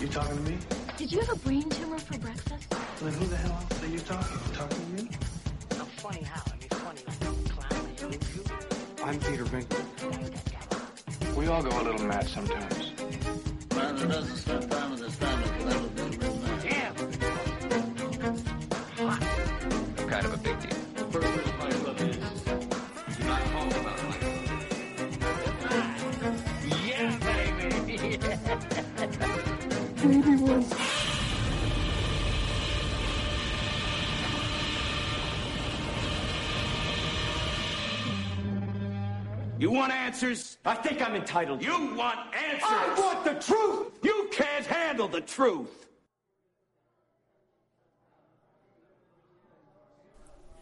You talking to me? Did you have a brain tumor for breakfast? Then who the hell else are you talking? You talking to me? I'm funny how? I mean, funny like a clown. You, you, I'm Peter Binkman. We all go a little mad sometimes. Man that doesn't spend time with his family can never be a real man. damn. I'm kind of a big deal. You want answers? I think I'm entitled. You want answers? I want the truth. You can't handle the truth.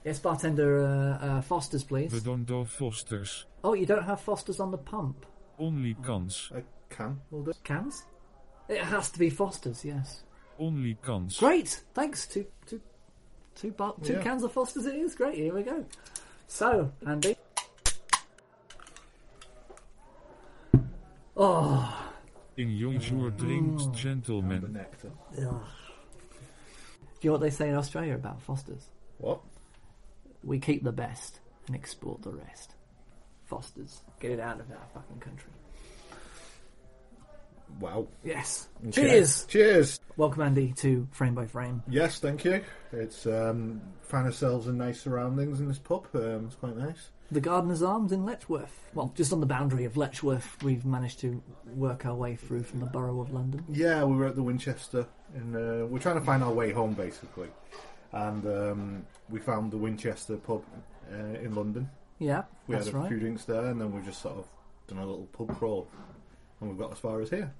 Yes, bartender uh, uh, Foster's, please. We don't do Fosters. Oh, you don't have Foster's on the pump. Only cans. I can. Well, the cans? It has to be Foster's, yes. Only cans. Great, thanks. Two, two, two, bar- two Yeah. cans of Foster's it is. Great, here we go. So, Andy. Oh, Enjoy your drinks, The gentlemen. nectar. ugh. do you know what they say in Australia about Foster's? What? We keep the best and export the rest. Foster's. Get it out of our fucking country. Wow. Yes. Okay. Cheers! Cheers. Welcome, Andy, to Frame by Frame. Yes, thank you. It's um, found ourselves in nice surroundings in this pub. Um, it's quite nice. The Gardener's Arms in Letchworth. Well, just on the boundary of Letchworth, we've managed to work our way through from the borough of London. Yeah, we were at the Winchester, and uh, we're trying to find our way home basically. And um, we found the Winchester pub uh, in London. Yeah, We that's had a right. few drinks there, and then we just sort of done a little pub crawl, and we got as far as here.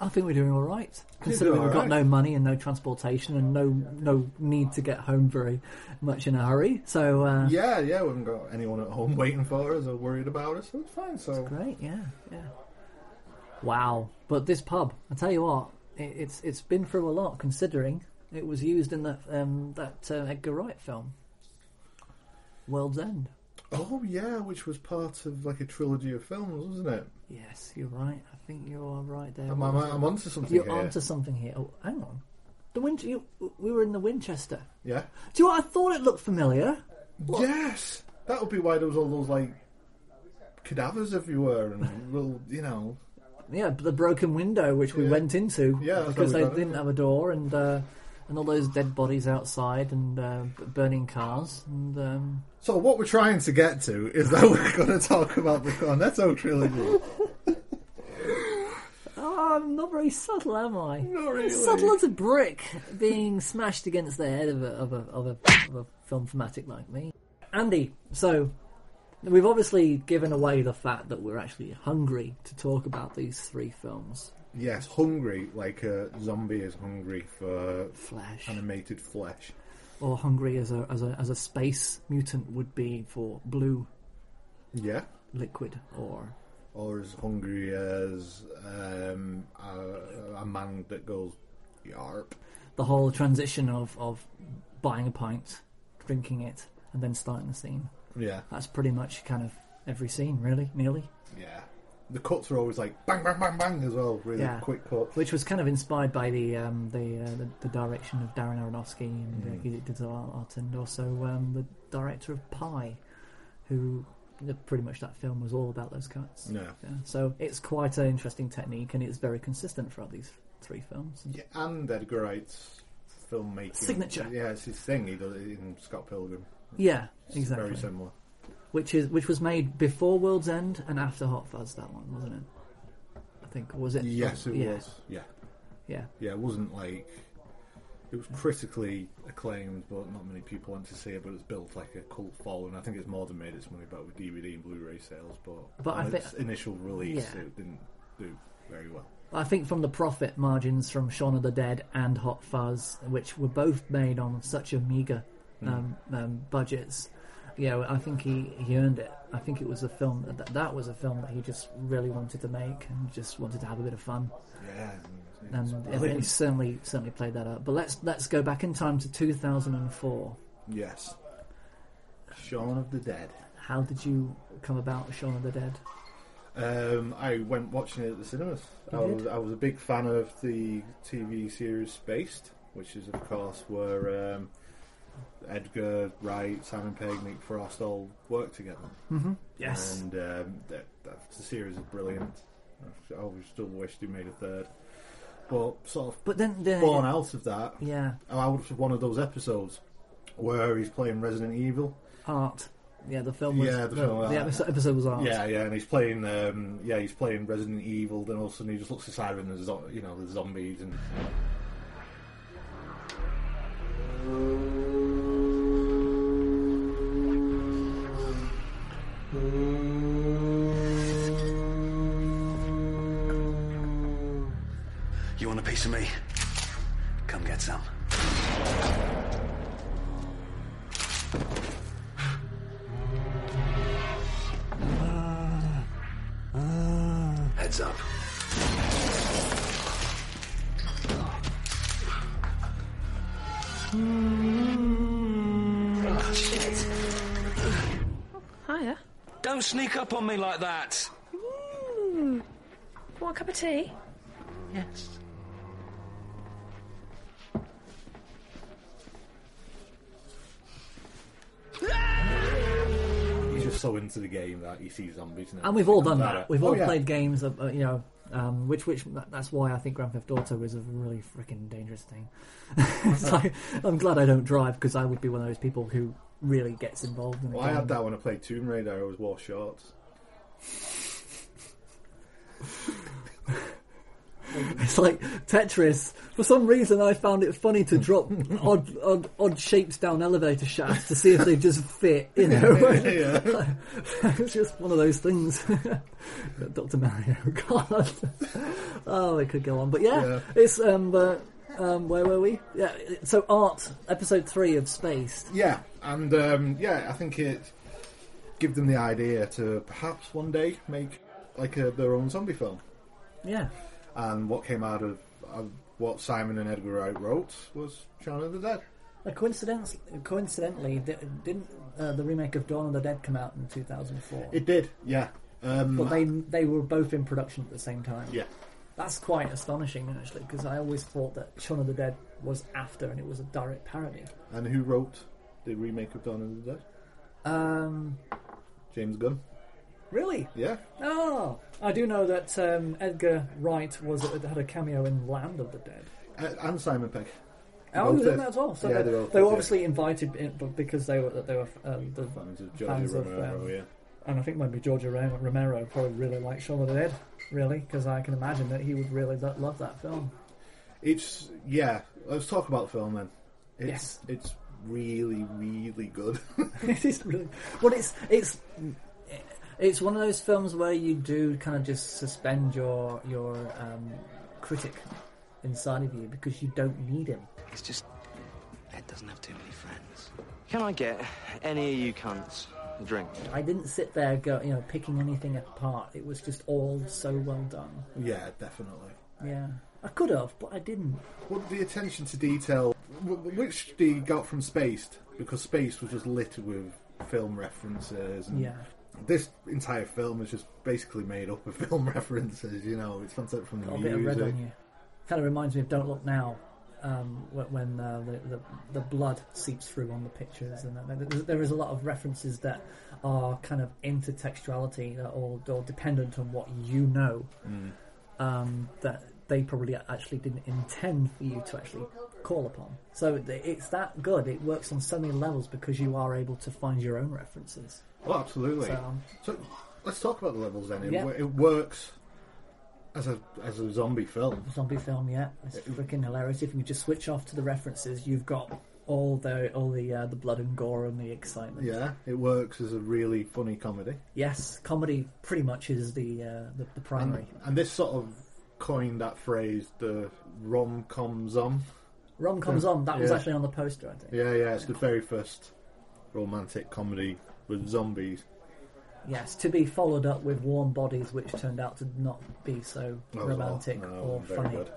I think we're doing all right, considering all we've got right. no money and no transportation and no no need to get home very much in a hurry. So uh, Yeah, yeah, we haven't got anyone at home waiting for us or worried about us, so it's fine. So great, yeah, yeah. Wow, but this pub, I tell you what, it, it's it's been through a lot considering it was used in that um, that uh, Edgar Wright film, World's End. Oh yeah, which was part of like a trilogy of films, wasn't it? Yes, you're right. I think you're right there. I'm, I'm, I'm onto something You're here. onto something here. Oh, hang on. The Winch- you, We were in the Winchester. Yeah. Do you know what? I thought it looked familiar. Yes, that would be why there was all those like cadavers everywhere and little, you know. Yeah, but the broken window which we Yeah. went into Yeah, that's because what they we got didn't into. have a door and uh, and all those dead bodies outside and uh, b- burning cars and um, So what we're trying to get to is that we're going to talk about the Cornetto trilogy. oh, I'm not very subtle, am I? Not really. Subtle as a brick being smashed against the head of a, of a, of a, of a film fanatic like me. Andy, so we've obviously given away the fact that we're actually hungry to talk about these three films. Yes, hungry like a zombie is hungry for Flash. animated flesh. Or hungry as a, as a, as a space mutant would be for blue Yeah, liquid or. or as hungry as um, a, a man that goes yarp. the whole transition of, of buying a pint, drinking it, and then starting the scene. Yeah, That's pretty much kind of every scene, really, nearly. yeah. The cuts are always like bang, bang, bang, bang as well. Really Yeah. quick cuts. Which was kind of inspired by the um, the, uh, the the direction of Darren Aronofsky and uh, Hmm. he did the art, art and also um, the director of Pi, who the- pretty much that film was all about those cuts. Yeah. So it's quite an interesting technique, and it's very consistent throughout these three films. Yeah, and Edgar Wright's filmmaking Signature. Yeah, it's his thing. He does it in Scott Pilgrim. Yeah, It's exactly. Very similar. which is which was made before World's End and after Hot Fuzz. That one wasn't it? I think was it? Yes, it yeah, was. Yeah, Yeah, yeah. It wasn't like it was critically acclaimed, but not many people went to see it. But it's built like a cult following. I think it's more than made its money back with DVD and Blu-ray sales. But, But on I thi- its initial release, Yeah. it didn't do very well. I think from the profit margins from Shaun of the Dead and Hot Fuzz, which were both made on such a meager Hmm. um, um, budgets, you know, I think he, he earned it. I think it was a film that that was a film that he just really wanted to make and just wanted to have a bit of fun. Yeah, and- and it's it, brilliant. it certainly certainly played that up. But let's let's go back in time to 2004. yes. Shaun of the Dead. How did you come about Shaun of the Dead? Um, I went watching it at the cinemas. I did? was, I was a big fan of the TV series Spaced, which is, of course, where um, Edgar Wright, Simon Pegg, Nick Frost all work together. Yes. And um, that, that, the series is brilliant. I always still wish they made a third. But sort of But then, then born out of that, yeah, out of one of those episodes where he's playing Resident Evil. art. Yeah, the film was. Yeah, the film was the art. episode, episode was art. Yeah, yeah, and he's playing, um, yeah, he's playing Resident Evil. Then all of a sudden, he just looks aside and there's, zo- you know, there's zombies and. You want a piece of me? Come get some. Heads up. Hiya. Don't sneak up on me like that. Want a cup of tea? Yes. He's just so into the game that he sees zombies. And we've all he done comes that. at it. We've Oh, all yeah. played games of uh, you know, um, which which that's why I think Grand Theft Auto is a really freaking dangerous thing. it's like, I'm glad I don't drive because I would be one of those people who really gets involved in the Well, I game. had that when I played Tomb Raider. I always wore shorts. It's like Tetris. For some reason, I found it funny to drop odd odd, odd shapes down elevator shafts to see if they just fit. You know, yeah. it's just one of those things. Doctor Mario, God, oh, we could go on, but yeah, Yeah. it's um, uh, um, where were we? Yeah, so art episode three of Spaced. Yeah, and um, yeah, I think it give them the idea to perhaps one day make like a, their own zombie film. Yeah, And what came out of, of what Simon and Edgar Wright wrote was Shaun of the Dead. Uh, coincidence, coincidentally, di- didn't uh, the remake of Dawn of the Dead come out in two thousand four? It did, yeah. Um, But they they were both in production at the same time. yeah. That's quite astonishing, actually, because I always thought that Shaun of the Dead was after and it was a direct parody. And who wrote the remake of Dawn of the Dead? Um, James Gunn. really? Yeah. Oh, I do know that um, Edgar Wright was uh, had a cameo in Land of the Dead. Uh, and Simon Pegg. Oh, he was Both in did. that as well. So Yeah, they, they both they were did, yeah. obviously invited in, but because they were they were um, the, Fans of George Fans of, Romero, um, yeah. and I think maybe George Ro- Romero probably really liked Shaun of the Dead, really, because I can imagine that he would really lo- love that film. It's, yeah. Let's talk about the film then. It's, Yes. It's really, really good. it is really well it's it's it's one of those films where you do kind of just suspend your your um, critic inside of you because you don't need him It's just Ed doesn't have too many friends. Can I get any of you cunts a drink? i didn't sit there go you know picking anything apart it was just all so well done yeah, definitely. yeah i could have but i didn't What the attention to detail, wh- wh- which they got from Spaced, because Spaced was just littered with film references. And Yeah. This entire film is just basically made up of film references. You know, it's concept from the got a music. bit of red on you kind of reminds me of don't look now um, wh- when uh, the, the the blood seeps through on the pictures, and that, there- there is a lot of references that are kind of intertextuality that or, or dependent on what you know, um, that they probably actually didn't intend for you to actually call upon. So th- it's that good. It works on so many levels because you are able to find your own references. Oh, absolutely. So- So, let's talk about the levels then. It, Yeah. wo- it works as a as a zombie film. zombie film yet. It's freaking hilarious. If you just switch off to the references, you've got all the all the uh, the blood and gore and the excitement. Yeah, it works as a really funny comedy, Yes, comedy pretty much is the uh, the, the primary and this sort of coined that phrase, the rom com zom. rom coms on. That was Mm. Yeah. actually on the poster, I think. Yeah, yeah, it's the very first romantic comedy with zombies. Yes, to be followed up with Warm Bodies, which turned out to not be so That was romantic awful. No, or very funny. good.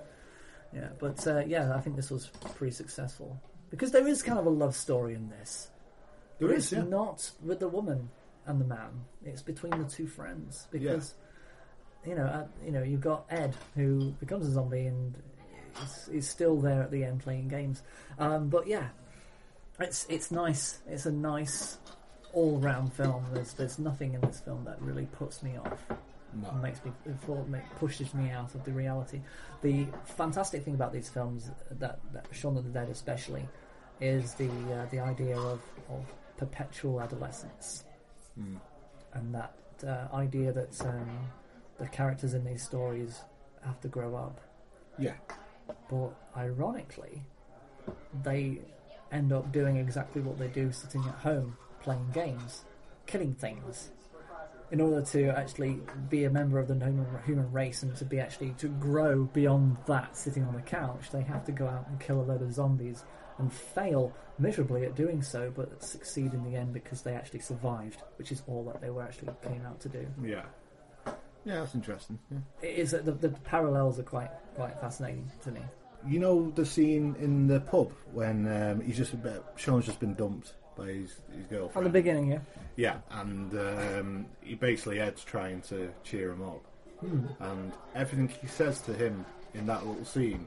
Yeah, but uh, yeah, I think this was pretty successful because there is kind of a love story in this. There It's is, yeah. not with the woman and the man. It's between the two friends because you know, uh, you know, you've got Ed who becomes a zombie and is, is still there at the end playing games. Um, but yeah, it's it's nice. It's a nice all-round film. There's there's nothing in this film that really puts me off. No. and makes me for- make, pushes me out of the reality. The fantastic thing about these films, that, that Shaun of the Dead especially, is the uh, the idea of, of perpetual adolescence, and that uh, idea that um, the characters in these stories have to grow up, Yeah. but ironically, they end up doing exactly what they do sitting at home playing games, killing things, in order to actually be a member of the human, human race and to be actually to grow beyond that sitting on the couch. They have to go out and kill a load of zombies and fail miserably at doing so, but succeed in the end because they actually survived, which is all that they were actually came out to do Yeah. Yeah, that's interesting. Yeah. it is that the, the parallels are quite quite fascinating to me. You know the scene in the pub when um, he's just Sean's just been dumped by his, his At girlfriend the beginning, yeah. Yeah, and um, he basically Ed's trying to cheer him up, and everything he says to him in that little scene,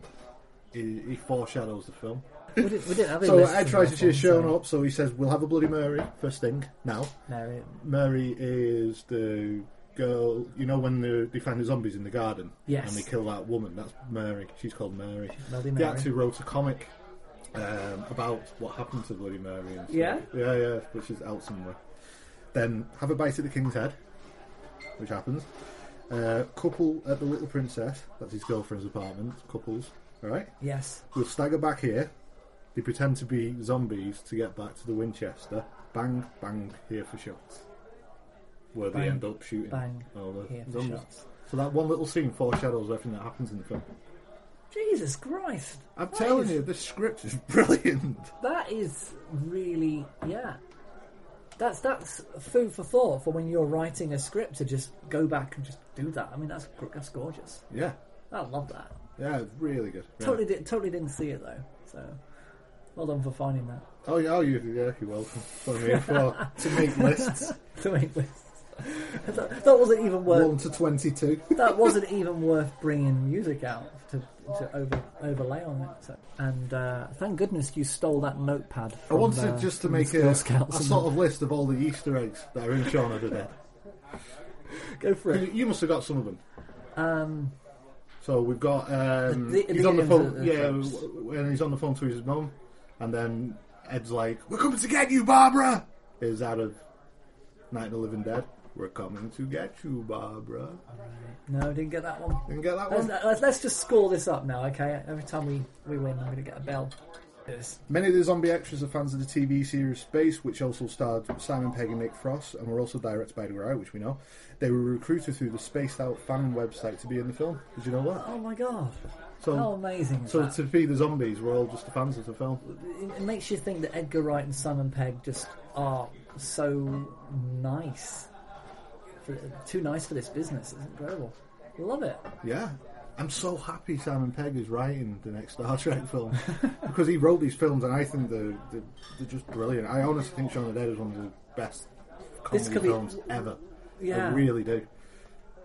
he, he foreshadows the film. We did, we did have a So list Ed of tries to those cheer ones, Sean so- up, so he says, "We'll have a bloody Mary first thing." Now, No, it- Mary is the girl. You know when the, they find the zombies in the garden, Yes. and they kill that woman. That's Mary. She's called Mary. Bloody They Mary. actually wrote a comic um, about what happened to Bloody Mary. And stuff. Yeah? yeah, yeah, which is out somewhere. Then have a bite at the king's head, which happens. Uh, couple at the little princess. That's his girlfriend's apartment. Couples, all right. yes, We'll stagger back here. They pretend to be zombies to get back to the Winchester. Bang, bang, here for shots. Where they Bang, end up shooting bang, all the here for zombies. shots. So that one little scene foreshadows everything that happens in the film. Jesus Christ! I'm That telling is- you, this script is brilliant. that is really yeah. That's that's food for thought for when you're writing a script to just go back and just do that. I mean, that's gr- that's gorgeous. Yeah, I love that. yeah, really good. Yeah. Totally, did, totally didn't see it though. So, well done for finding that. Oh, yeah, oh, you, yeah, you're welcome. That's what I'm here for. to make lists To make lists. that, that wasn't even worth one to twenty-two. that wasn't even worth bringing music out to, to over, overlay on it. So. And uh, thank goodness you stole that notepad. I From, wanted uh, just to from make the a, Girl a Scouts and- sort of list of all the Easter eggs that are in Shaun of the Dead. go for You- it. You must have got some of them. Um, So we've got um, The- the- he's on the the- phone. the- yeah, w- when he's on the phone to his mum, and then Ed's like, "We're coming to get you, Barbara." Is out of Night of the Living Dead. We're coming to get you, Barbara. no, didn't get that one. Didn't get that Let's, one. let's, uh, let's just score this up now, okay? Every time we, we win, I'm going to get a bell. Yes. Many of the zombie extras are fans of the TV series Space, which also starred Simon Pegg and Nick Frost, and were also directed by Edgar Wright, which we know. They were recruited through the Spaced Out fan website to be in the film. Did you know that? Oh my god! So, How amazing! Is Oh. so that? to be the zombies, we're all just the fans of the film. it, it makes you think that Edgar Wright and Simon Pegg just are so nice. For, too nice for this business. It's incredible. Love it. Yeah. I'm so happy Simon Pegg is writing the next Star Trek film because he wrote these films and I think they're, they're, they're just brilliant. I honestly think Shaun of the Dead is one of the best comedy This could be- films ever. I Yeah. really do.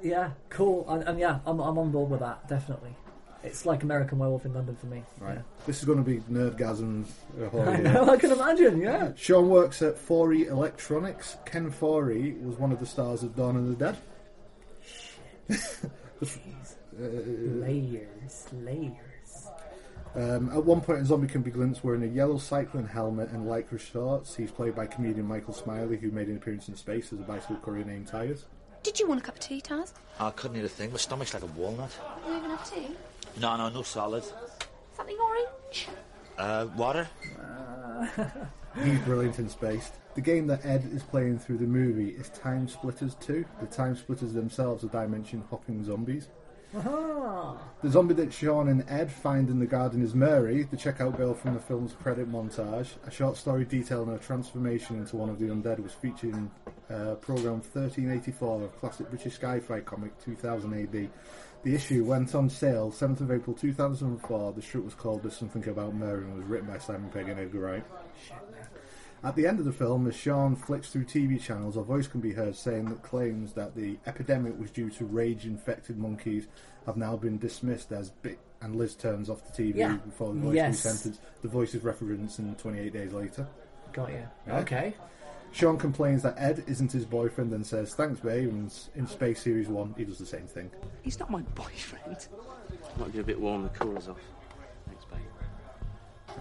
Yeah, cool. And, and yeah, I'm, I'm on board with that, definitely. It's like American Werewolf in London for me. Right. This is going to be Nerdgasm. a whole Yeah. I year. know, I can imagine, yeah. Sean works at Forey Electronics. Ken Forey was one of the stars of Dawn of the Dead. Layers, layers. Um, at one point, a zombie can be glimpsed wearing a yellow cycling helmet and lycra shorts. He's played by comedian Michael Smiley, who made an appearance in Space as a bicycle courier named Tires. Did you want a cup of tea, Taz? I couldn't eat a thing. My stomach's like a walnut. You don't even have tea? No, no, no salad. Something orange? Uh, water? He's brilliant in Space. The game that Ed is playing through the movie is Time Splitters 2. The Time Splitters themselves are dimension hopping zombies. The zombie that Sean and Ed find in the garden is Mary, the checkout girl from the film's credit montage. A short story detailing her transformation into one of the undead was featured in uh, programme 1384 of classic British sci-fi comic 2000 AD. The issue went on sale 7th of April 2004. The strip was called There's Something About Mary and was written by Simon Pegg and Edgar Wright. At the end of the film, as Sean flips through TV channels, a voice can be heard saying that claims that the epidemic was due to rage infected monkeys have now been dismissed as bit. And Liz turns off the TV Yeah. before the voice Yes. can be sentenced. The voice is referencing 28 days later. Got you. Yeah. Okay. Sean complains that Ed isn't his boyfriend and says, Thanks, babe. And s- in Space Series 1, he does the same thing. He's not my boyfriend. Might be a bit warm, the cooler's off. Thanks, babe.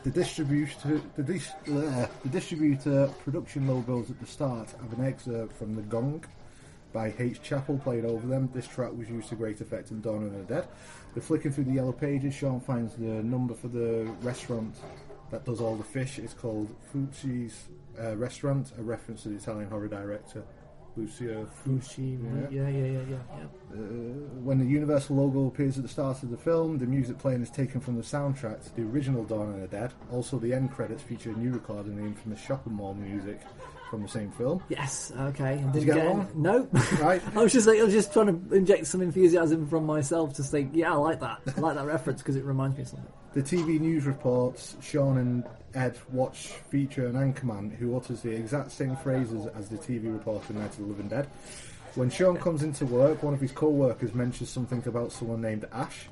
The distributor, the, dis, uh, the distributor production logos at the start have an excerpt from The Gong by H. Chappell played over them. This track was used to great effect in Dawn of the Dead. The flicking through the yellow pages, Sean finds the number for the restaurant that does all the fish. It's called Fucci's uh, Restaurant, a reference to the Italian horror director Lucio Fucci. Yeah, yeah, yeah, yeah, yeah. yeah. Uh, when the Universal logo appears at the start of the film, the music playing is taken from the soundtrack to the original Dawn of the Dead. Also, the end credits feature a new recording of the infamous shopping mall music from the same film. Yes. Okay. Did, you get it wrong? No. Right. I was just like, I was just trying to inject some enthusiasm from myself to think, yeah, I like that. I like that reference because it reminds me of something. The TV news reports Sean and Ed watch feature an anchorman who utters the exact same phrases as the TV reporter in Night of the Living Dead. When Sean comes into work, one of his co-workers mentions something about someone named Ash.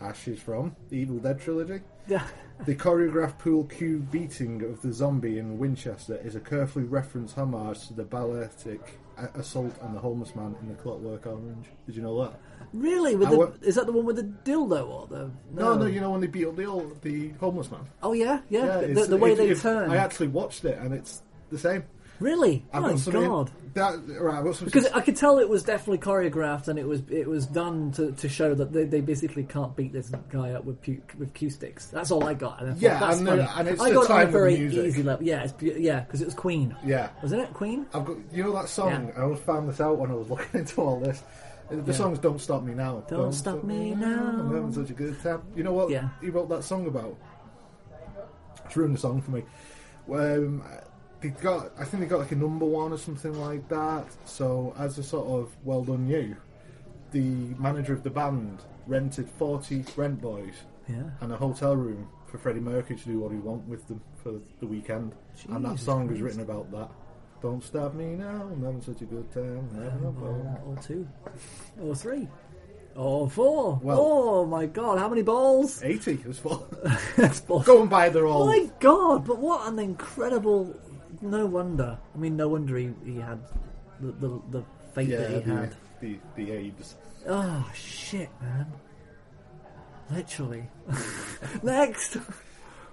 Ash is from the Evil Dead trilogy. Yeah. The choreographed pool cue beating of the zombie in Winchester is a carefully referenced homage to the balletic a- assault on the homeless man in the Clockwork Orange. Did you know that? Really? With I the, wa- is that the one with the dildo or the? No, no, you know when they beat up the old, the homeless man. Oh yeah, yeah. the, it's- the way if- they if- turn. I actually watched it, and it's the same. Really? I've My got some in- God. that right, I've got some. Because I could tell it was definitely choreographed and it was it was done to, to show that they, they basically can't beat this guy up with pu- with cue sticks. That's all I got. And I thought, Yeah, that's and the- funny. and it's I the got it time on a of the very music. easy level. Yeah, it's be- yeah, because it was Queen. Yeah. wasn't it Queen? I've got you know that song. Yeah. I always found this out when I was looking into all this. The song's "Don't Stop Me Now." Don't Stop Me Now. I'm having such a good time. You know what? Yeah. He wrote that song about. It's ruined the song for me. Um, they got, I think they got like a number one or something like that. So as a sort of well done you, the manager of the band rented forty rent boys Yeah. and a hotel room for Freddie Mercury to do what he want with them for the weekend. and that Jesus song was Christ. written about that. Don't stop me now, I'm having such a good time. I'm having a ball. Or two, or three, or four. Well- oh my God! How many balls? 80 was full. That's balls. Go and buy their all. My God! But what an incredible! No wonder. I mean, no wonder he, he had the the, the fate yeah, that he the, had. the, the AIDS. Oh shit, man! Literally. Next.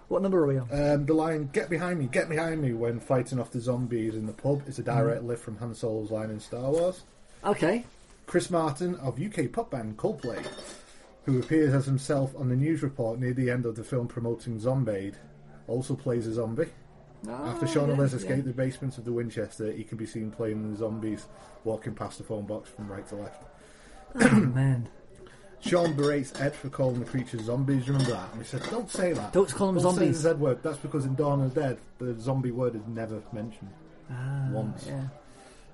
What number are we on? Um, the line, get behind me, get behind me, when fighting off the zombies in the pub is a direct Mm. lift from Han Solo's line in Star Wars. Okay. Chris Martin of UK pop band Coldplay, who appears as himself on the news report near the end of the film promoting Zombade, also plays a zombie. Oh, After Sean and Liz escape the basements of the Winchester, he can be seen playing the zombies walking past the phone box from right to left. Oh, man. Sean berates Ed for calling the creatures zombies. You remember that? And he said, "Don't say that. Don't call them Don't say zombies." the Z word. That's because in Dawn of the Dead, the zombie word is never mentioned Ah, once. Yeah.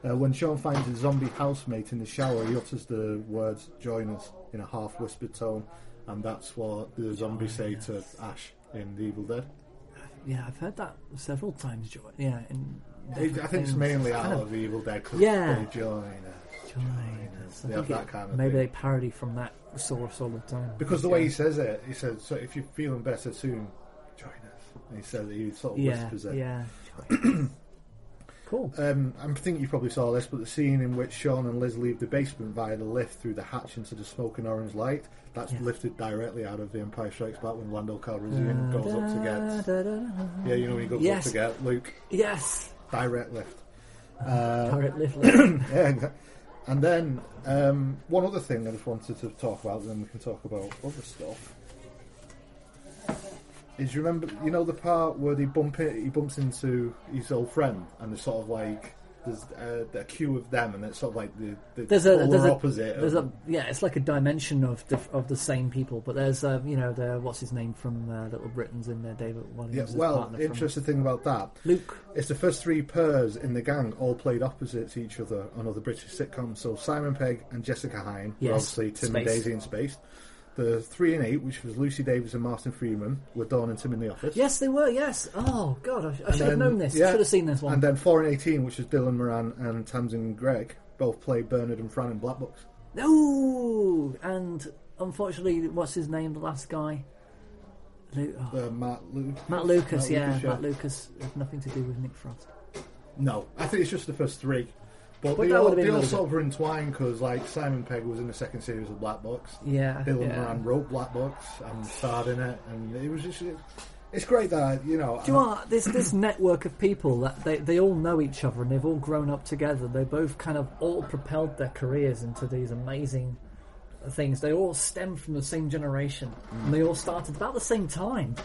Uh, when Sean finds his zombie housemate in the shower, he utters the words "Join us" in a half whispered tone, and that's what the zombies say to Ash in The Evil Dead. Yeah, I've heard that several times, Joy. Yeah, in It, I think it's mainly out kind of, of- The Evil Dead. 'cause Yeah. they join us. Joiners. I They think have that it- kind of maybe thing. they parody from that source all the time. Because the way he says it, he says, "So if you're feeling better soon, join us." And he says it, he sort of yeah, whispers it. yeah. cool. Um, I think you probably saw this, but the scene in which Sean and Liz leave the basement via the lift through the hatch into the smoking orange light, that's Yeah. lifted directly out of The Empire Strikes Back when Lando Calrissian goes up to get... Da, da, da, da. Yeah, you know when he goes Uh, Yes. up to get Luke. Yes. Direct lift. Uh, Pirate Little. Yeah, exactly. And then um, one other thing I just wanted to talk about, and then we can talk about other stuff. Is you remember you know the part where they bump it, he bumps into his old friend, and there's sort of like there's uh, a queue of them, and it's sort of like the, the There's a polar there's a, opposite. there's of, a yeah, it's like a dimension of the, of the same people, but there's uh, you know the what's his name from uh, Little Britain's in there, David. Well, yeah, well, interesting thing about that. Luke. It's the first three pairs in the gang all played opposites each other on other British sitcoms. So Simon Pegg and Jessica Hyde were Yes, obviously Tim and Space. Daisy in Space. The three and eight, which was Lucy Davis and Martin Freeman, were Dawn and Tim in the office. Yes, they were. Yes. Oh God, I, sh- I And should have then- known this. yeah. Should have seen this one. And then four and eighteen, which was Dylan Moran and Tamsin Gregg, both played Bernard and Fran in Black Box. No. And unfortunately, what's his name? The last guy. Lu- oh, Uh, Matt, Lu- Matt Lucas. yeah, Matt Lucas. Had nothing to do with Nick Frost. No, I think it's just the first three. But, But they that all, would've been they all another sort of were entwined because, like, Simon Pegg was in the second series of Black Box. Yeah, Dylan yeah. Moran wrote Black Box and starred in it, and it was just. It's great that you know. Do you know what? This this network of people that they, they all know each other and they've all grown up together. They both kind of all propelled their careers into these amazing things. They all stem from the same generation and they all started about the same time.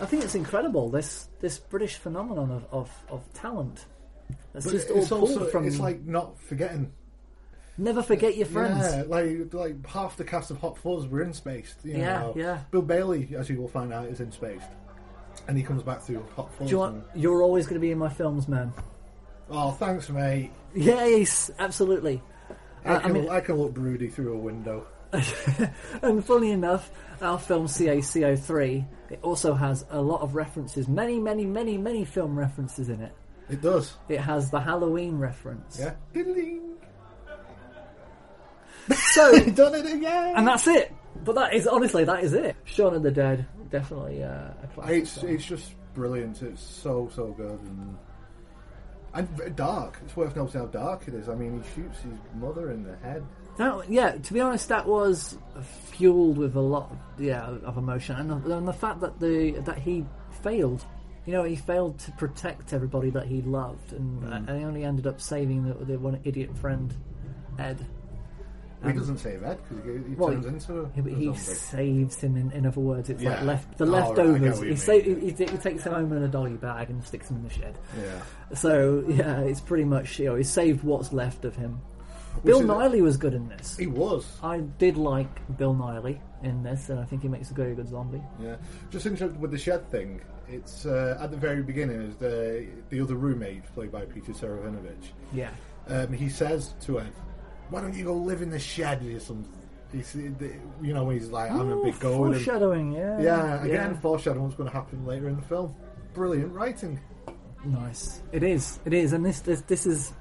I think it's incredible this this British phenomenon of of, of talent. That's But just all it's pulled also from. it's like not forgetting. never forget your friends. Yeah, like like half the cast of Hot Fuzz were in space. You Yeah, know. yeah. Bill Bailey, as you will find out, is in space, and he comes back through Hot Fuzz. Do you and- want? You're always going to be in my films, man. oh, thanks, mate. Yes, absolutely. I, I can, I, mean- can look broody through a window. And funny enough, our film CACO3, it also has a lot of references, many, many, many, many film references in it. It does. It has the Halloween reference. Yeah. Ding. So, Done it again. and that's it. But that is, honestly, that is it. Shaun of the Dead, definitely uh, a classic. It's film. it's just brilliant. It's so so good and and v- dark. It's worth noting how dark it is. I mean, he shoots his mother in the head. No, yeah, to be honest, that was fueled with a lot, yeah, of emotion, and, and the fact that the that he failed, you know, he failed to protect everybody that he loved, and, Mm. and he only ended up saving the, the one idiot friend, Ed. He doesn't save Ed because he, he Well, turns into a, Yeah, but a he zombie. saves him. In, in other words, it's like Yeah. left the Oh, right, I get leftovers. what you he, mean, sa- he, yeah. he, he takes him home in a dolly bag and sticks him in the shed. Yeah. So yeah, it's pretty much you know he saved what's left of him. Bill is- Niley was good in this. He was. I did like Bill Niley in this, and I think he makes a very good zombie. Yeah. Just interested with the shed thing. It's uh, at the very beginning. Is the the other roommate played by Peter Serafinovich? Yeah. Um, he says to Ed, "Why don't you go live in the shed or something?" He's, you know, he's like, "I'm a big going." and- foreshadowing, yeah. Yeah, again, foreshadowing what's going to happen later in the film. Brilliant writing. Nice. It is. It is. And this this, this is.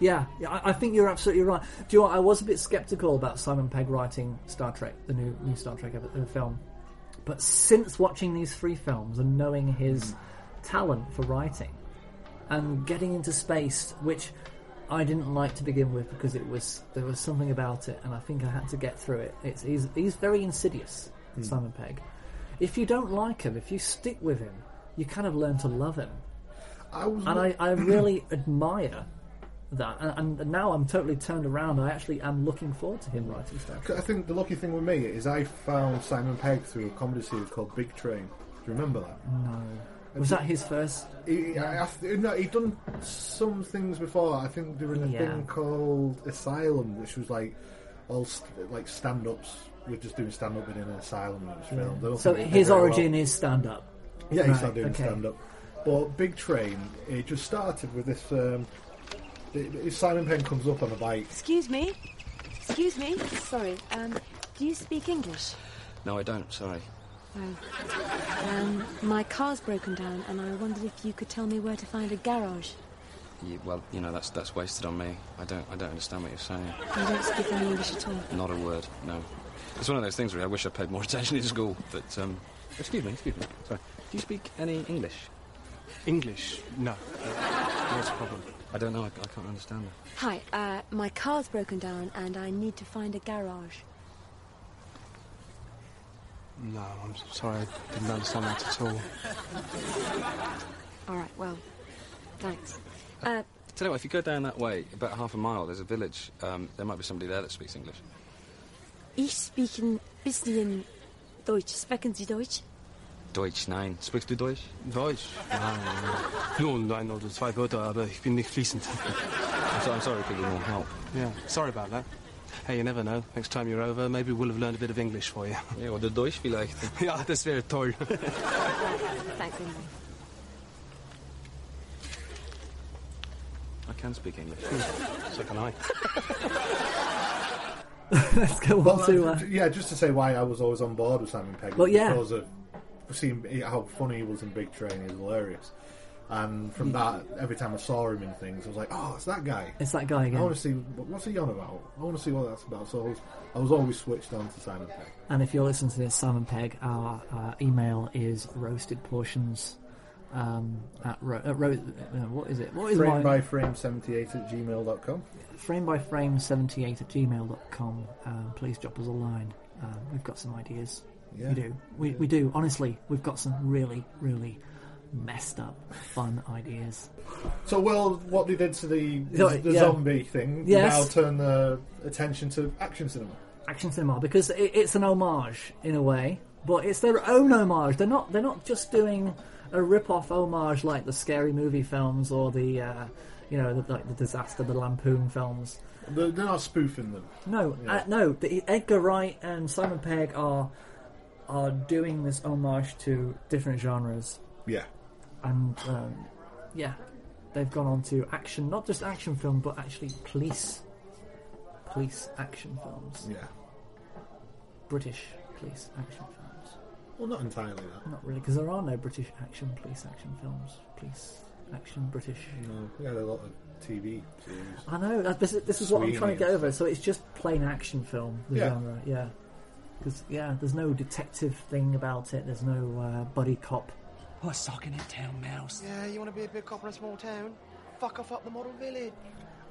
Yeah, yeah, I, I think you're absolutely right. Do you know what? I was a bit skeptical about Simon Pegg writing Star Trek, the new new Star Trek epi- uh, film, but since watching these three films and knowing his talent for writing and getting into space, which I didn't like to begin with because it was there was something about it, and I think I had to get through it. It's he's he's very insidious, Simon Pegg. If you don't like him, if you stick with him, you kind of learn to love him I was and I, I really admire that. And, and now I'm totally turned around. I actually am looking forward to him writing stuff. I think the lucky thing with me is I found Simon Pegg through a comedy series called Big Train. Do you remember that? Mm. Was that his first? He, I, I, no, he'd done some things before. I think there was a Yeah. thing called Asylum, which was like all st- like stand-ups. We're just doing stand-up in an asylum and it was filmed. I don't So think it his did very origin well. is stand up. Yeah, he Right, started doing okay. stand up. But Big Train, it just started with this. Um, it- it- Simon Penn comes up on a bike. Excuse me. Excuse me. Sorry. Um, do you speak English? No, I don't. Sorry. Um, my car's broken down, and I wondered if you could tell me where to find a garage. You, well, you know that's that's wasted on me. I don't I don't understand what you're saying. You don't speak any English at all. Not a word. No. It's one of those things where I wish I paid more attention in school. But um, excuse me, excuse me. Sorry. Do you speak any English? English? No. What's the problem? I don't know. I, I can't understand it. Hi. Uh, my car's broken down, and I need to find a garage. No, I'm sorry, I didn't understand that at all. All right. Well, thanks. Uh, Tell you what, if you go down that way about half a mile, there's a village. Um, there might be somebody there that speaks English. ich spreche ein bisschen Deutsch. Sprechen Sie Deutsch? Deutsch, nein. Sprichst du Deutsch? Deutsch? Nein, nein. Nun, ein oder zwei Wörter, aber ich bin nicht fließend. I'm, so, Also, I'm sorry, people more help. Yeah, sorry about that. Hey, you never know. Next time you're over, maybe we'll have learned a bit of English for you. Yeah, oder Deutsch vielleicht. ja, das wäre toll. Thanks anyway. Hm. I can speak English. so can I. Let's go on Well, to. uh, Uh, yeah, just to say why I was always on board with Simon Pegg. Well, yeah. Because of seeing how funny he was in Big Train, he was hilarious. And Mm. from that, every time I saw him in things, I was like, oh, it's that guy. It's that guy again. I want to see, what's he on about? I want to see what that's about. So I was, I was always switched on to Simon Pegg. And if you're listening to this, Simon Pegg, our uh, email is roastedportions um, at, ro- at ro- uh, what is it? What is frame mine? by frame 78 at gmail.com. frame by frame 78 at gmail.com. Um, please drop us a line. Um, we've got some ideas. Yeah. We do. We, we do. Honestly, we've got some really, really messed up, fun ideas. So, well, what they did to the, So, the yeah. zombie thing Yes. now turn the attention to action cinema. action cinema because it, it's an homage in a way, but it's their own homage. They're not they're not just doing a rip-off homage like the scary movie films or the uh, you know the, like the disaster, the lampoon films. They're, they're not spoofing them. No, Yeah. uh, no. The, Edgar Wright and Simon Pegg are are doing this homage to different genres, Yeah. and um, yeah, they've gone on to action, not just action film, but actually police police action films. Yeah. British police action films. Well, not entirely that. Not really, because there are no British action police action films. Police action British. No, we had a lot of TV series. I know. that- This is, this is what I'm Sweeney trying to get and over. So it's just plain action film. The Yeah. genre, yeah. Because yeah, there's no detective thing about it. There's no uh, buddy cop. What's socking Oh, in town, mouse? Yeah, you want to be a big cop in a small town? Fuck off up the model village.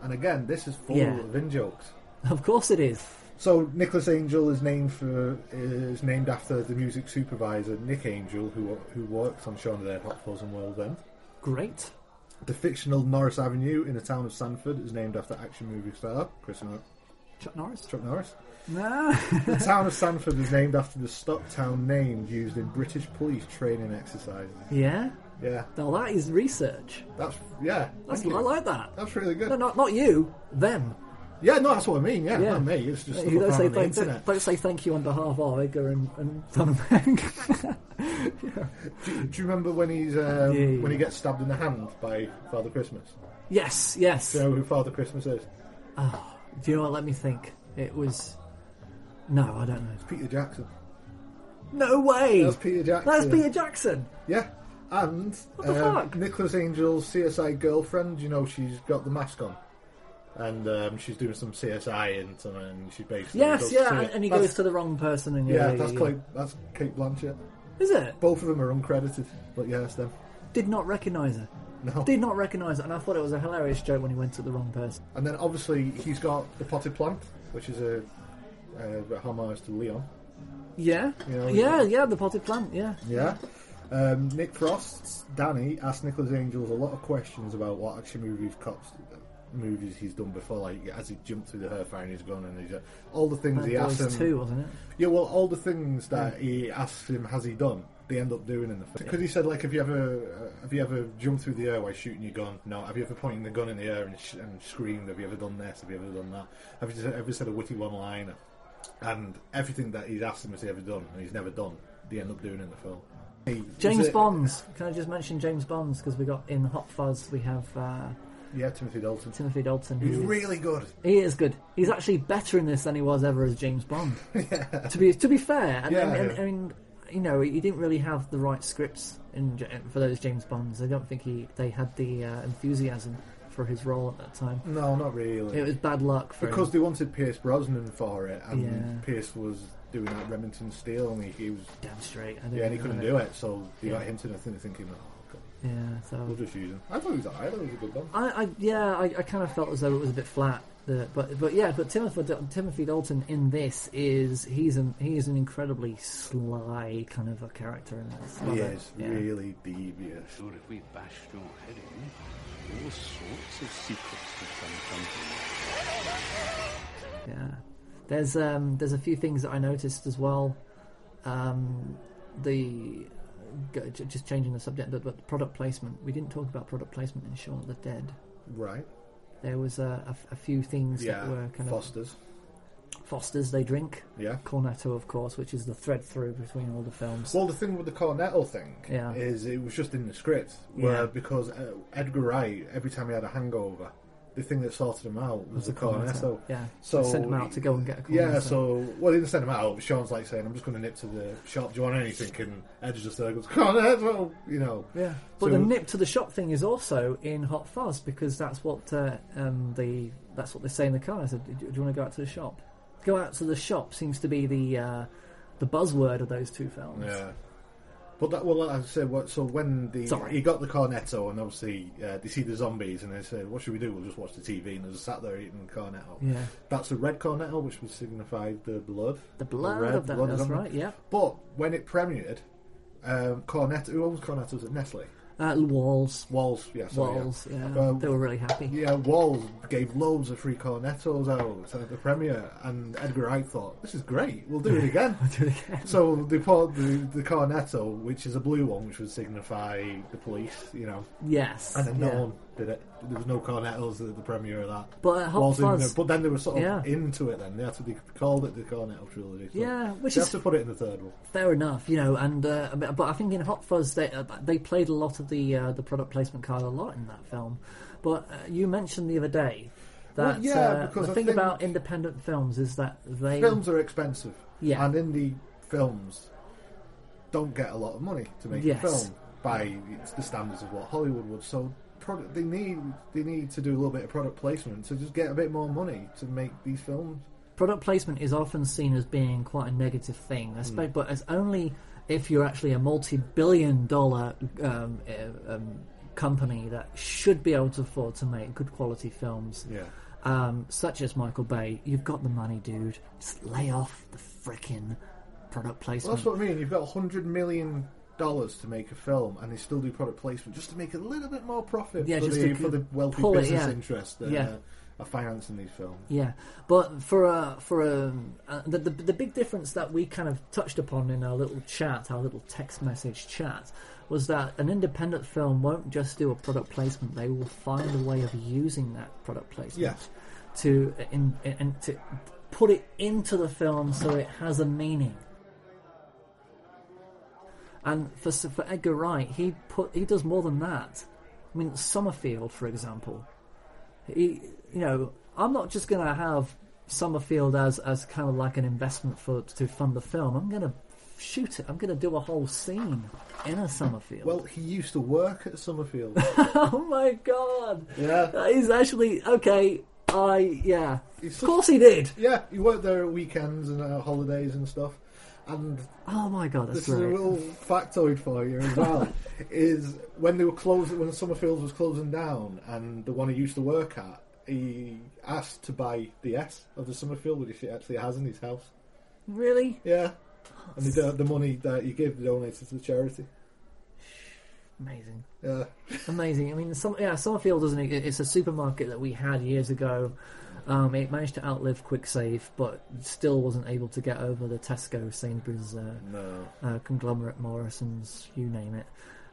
And again, this is full Yeah. of in jokes. Of course it is. So Nicholas Angel is named for is named after the music supervisor Nick Angel, who who works on Shaun of the Dead, Hot Fuzz, and World's End. Great. The fictional Norris Avenue in the town of Sanford is named after action movie star Chris Nor- Chuck Norris. Chuck Norris. No. the town of Sanford is named after the Stocktown name used in British police training exercises. Yeah. Yeah. Now that is research. That's yeah. That's, I thank you. like that. That's really good. No, not not you. Them. Yeah, no, that's what I mean. Yeah, not me. It's just you stuff I don't found say, on the thank, internet. don't, don't say thank you on behalf of Edgar and, and Simon Pegg. Do, do you remember when he's um, Yeah, yeah. when he gets stabbed in the hand by Father Christmas? Yes, yes. Do you know who Father Christmas is? Oh, do you know what? Let me think. It was. No, I don't know. It's Peter Jackson. No way! That's Peter Jackson. That's Peter Jackson! Yeah, and the um, fuck? Nicholas Angel's CSI girlfriend. You know, she's got the mask on, and um, she's doing some CSI and some, and she basically Yes, goes to yeah, and, it. and he That's- goes to the wrong person. And Yeah, that's yeah. Kate, that's Kate Blanchett. Is it? Both of them are uncredited, but yeah, it's them. Did not recognise her. No. Did not recognise her, and I thought it was a hilarious joke when he went to the wrong person. And then obviously he's got the potted plant, which is a, a homage to Leon. Yeah? You know, yeah, yeah, the potted plant, yeah. Yeah. Um, Nick Frost's Danny asked Nicholas Angels a lot of questions about what action movies cops movies he's done before, like as he jumped through the hair fire and his gun and he's, uh, all the things Bad he asked him. Boys 2, wasn't it? Yeah, well, all the things that he asks him has he done, they end up doing in the film. Hmm. Because he said like, have you ever uh, have you ever jumped through the air while shooting your gun? No. Have you ever pointed the gun in the air and, sh- and screamed? Have you ever done this? Have you ever done that? Have you ever said a witty one liner? And everything that he's asked him has he ever done, and he's never done. They end up doing in the film. Hey, James is it- Bonds. Can I just mention James Bonds? Because we got in Hot Fuzz, we have uh, Yeah, Timothy Dalton. Timothy Dalton. He's who is- really good. He is good. He's actually better in this than he was ever as James Bond. To be to be fair, and, Yeah, and- yeah. I mean, you know, he didn't really have the right scripts in, J- for those James Bonds. I don't think he they had the uh, enthusiasm for his role at that time. No, not really. It was bad luck for because him. they wanted Pierce Brosnan for it, and Yeah. Pierce was doing that Remington Steel, and he, he was damn straight. I don't Yeah, and he know. couldn't do it, so they got Yeah. him to nothing, thinking, oh, God, Yeah, so we'll just use him. I thought he was alright. I thought he was a good one. I, I yeah, I, I kind of felt as though it was a bit flat. The, but but yeah, but Timothy Dal- Timothy Dalton in this is he's an he is an incredibly sly kind of a character in this. Love He it. is really devious. Sure, if we bashed your head in, all sorts of secrets would come from Yeah, there's um, there's a few things that I noticed as well. Um, the go- j- just changing the subject, but, but product placement. We didn't talk about product placement in Shaun of the Dead. Right. There was a, a f- a few things Yeah, that were kind Fosters. of Fosters. They drink. Yeah. Cornetto, of course, which is the thread through between all the films. Well, the thing with the Cornetto thing Yeah. is it was just in the script, Yeah. where because uh, Edgar Wright, every time he had a hangover, the thing that sorted him out was, Was the the cornetto, cornetto. yeah. So They sent him out to go and get a Yeah, cornetto. so well, they didn't send him out. but Sean's like saying, "I'm just going to nip to the shop. Do you want anything?" And Ed's just there, goes cornetto. You know. Yeah. But So- the nip to the shop thing is also in Hot Fuzz because that's what uh, um, the that's what they say in the car. I said, "Do do you want to go out to the shop?" Go out to the shop seems to be the uh, the buzzword of those two films. Yeah. But that, well, like I said, what, so when the Sorry. he got the cornetto, and obviously uh, they see the zombies, and they say, "What should we do? We'll just watch the TV." And they just sat there eating cornetto. Yeah. that's the red cornetto, which would signify the blood, the blood of that- that's zombie. right, yeah. But when it premiered, um, cornetto. Who owns cornettos at Nestle? Uh, Walls. Walls, yeah. sorry, Walls, yeah. Uh, they were really happy. yeah, Walls gave loads of free cornettos out at the premiere, and Edgar Wright thought, "This is great. We'll do it again." we'll do it again. So they poured the, the cornetto, which is a blue one, which would signify the police, you know. Yes, And then no yeah. one did it. There was no cornettos at the premiere of that. But at Hot Walls didn't Fuzz- know- but then they were sort of yeah. into it. Then they had to they called it the cornetto trilogy. So Yeah, which they is- have to put it in the third one. Fair enough, you know, and uh, but but I think in Hot Fuzz they uh, they played a lot of the uh, the product placement card a lot in that film. But uh, you mentioned the other day that Well, yeah, uh, because the I thing think- about independent films is that they Films are expensive. Yeah. And indie films don't get a lot of money to make Yes. a film by the standards of what Hollywood would. So product, they need they need to do a little bit of product placement to just get a bit more money to make these films. product placement is often seen as being quite a negative thing, I Hmm. suppose, but it's only if you're actually a multi-billion-dollar um, uh, um, company that should be able to afford to make good quality films. Yeah. Um, such as Michael Bay, you've got the money, dude. Just lay off the frickin' product Well, placement. that's what I mean. You've got hundred million dollars to make a film, and they still do product placement just to make a little bit more profit Yeah, for, just the, to for the wealthy pull it, business yeah. interests that Yeah. uh, are financing these films. Yeah, but for a for a uh, the, the the big difference that we kind of touched upon in our little chat, our little text message chat, was that an independent film won't just do a product placement; they will find a way of using that product placement Yes. to in, in, and to put it into the film so it has a meaning. And for for Edgar Wright, he put he does more than that. I mean, Summerfield, for example, he, you know, I'm not just going to have Summerfield as as kind of like an investment for to fund the film. I'm going to shoot it. I'm going to do a whole scene in a Summerfield. Well, he used to work at Summerfield. oh my god! Yeah. that is actually okay. I yeah, He's of course he did. Yeah, he worked there at weekends and uh, holidays and stuff. And Oh my god, that's this is a great. little factoid for you as well. is when they were closing, when Summerfield was closing down, and the one he used to work at, he asked to buy the S of the Summerfield, which he actually has in his house. Really? Yeah, and he, the money that he gave he donated to the charity. Amazing. Yeah. Amazing. I mean, some, yeah, Summerfield doesn't. e, it- It's a supermarket that we had years ago. Um, it managed to outlive QuickSave, but still wasn't able to get over the Tesco, Sainsbury's, uh, No. uh, conglomerate, Morrison's, you name it.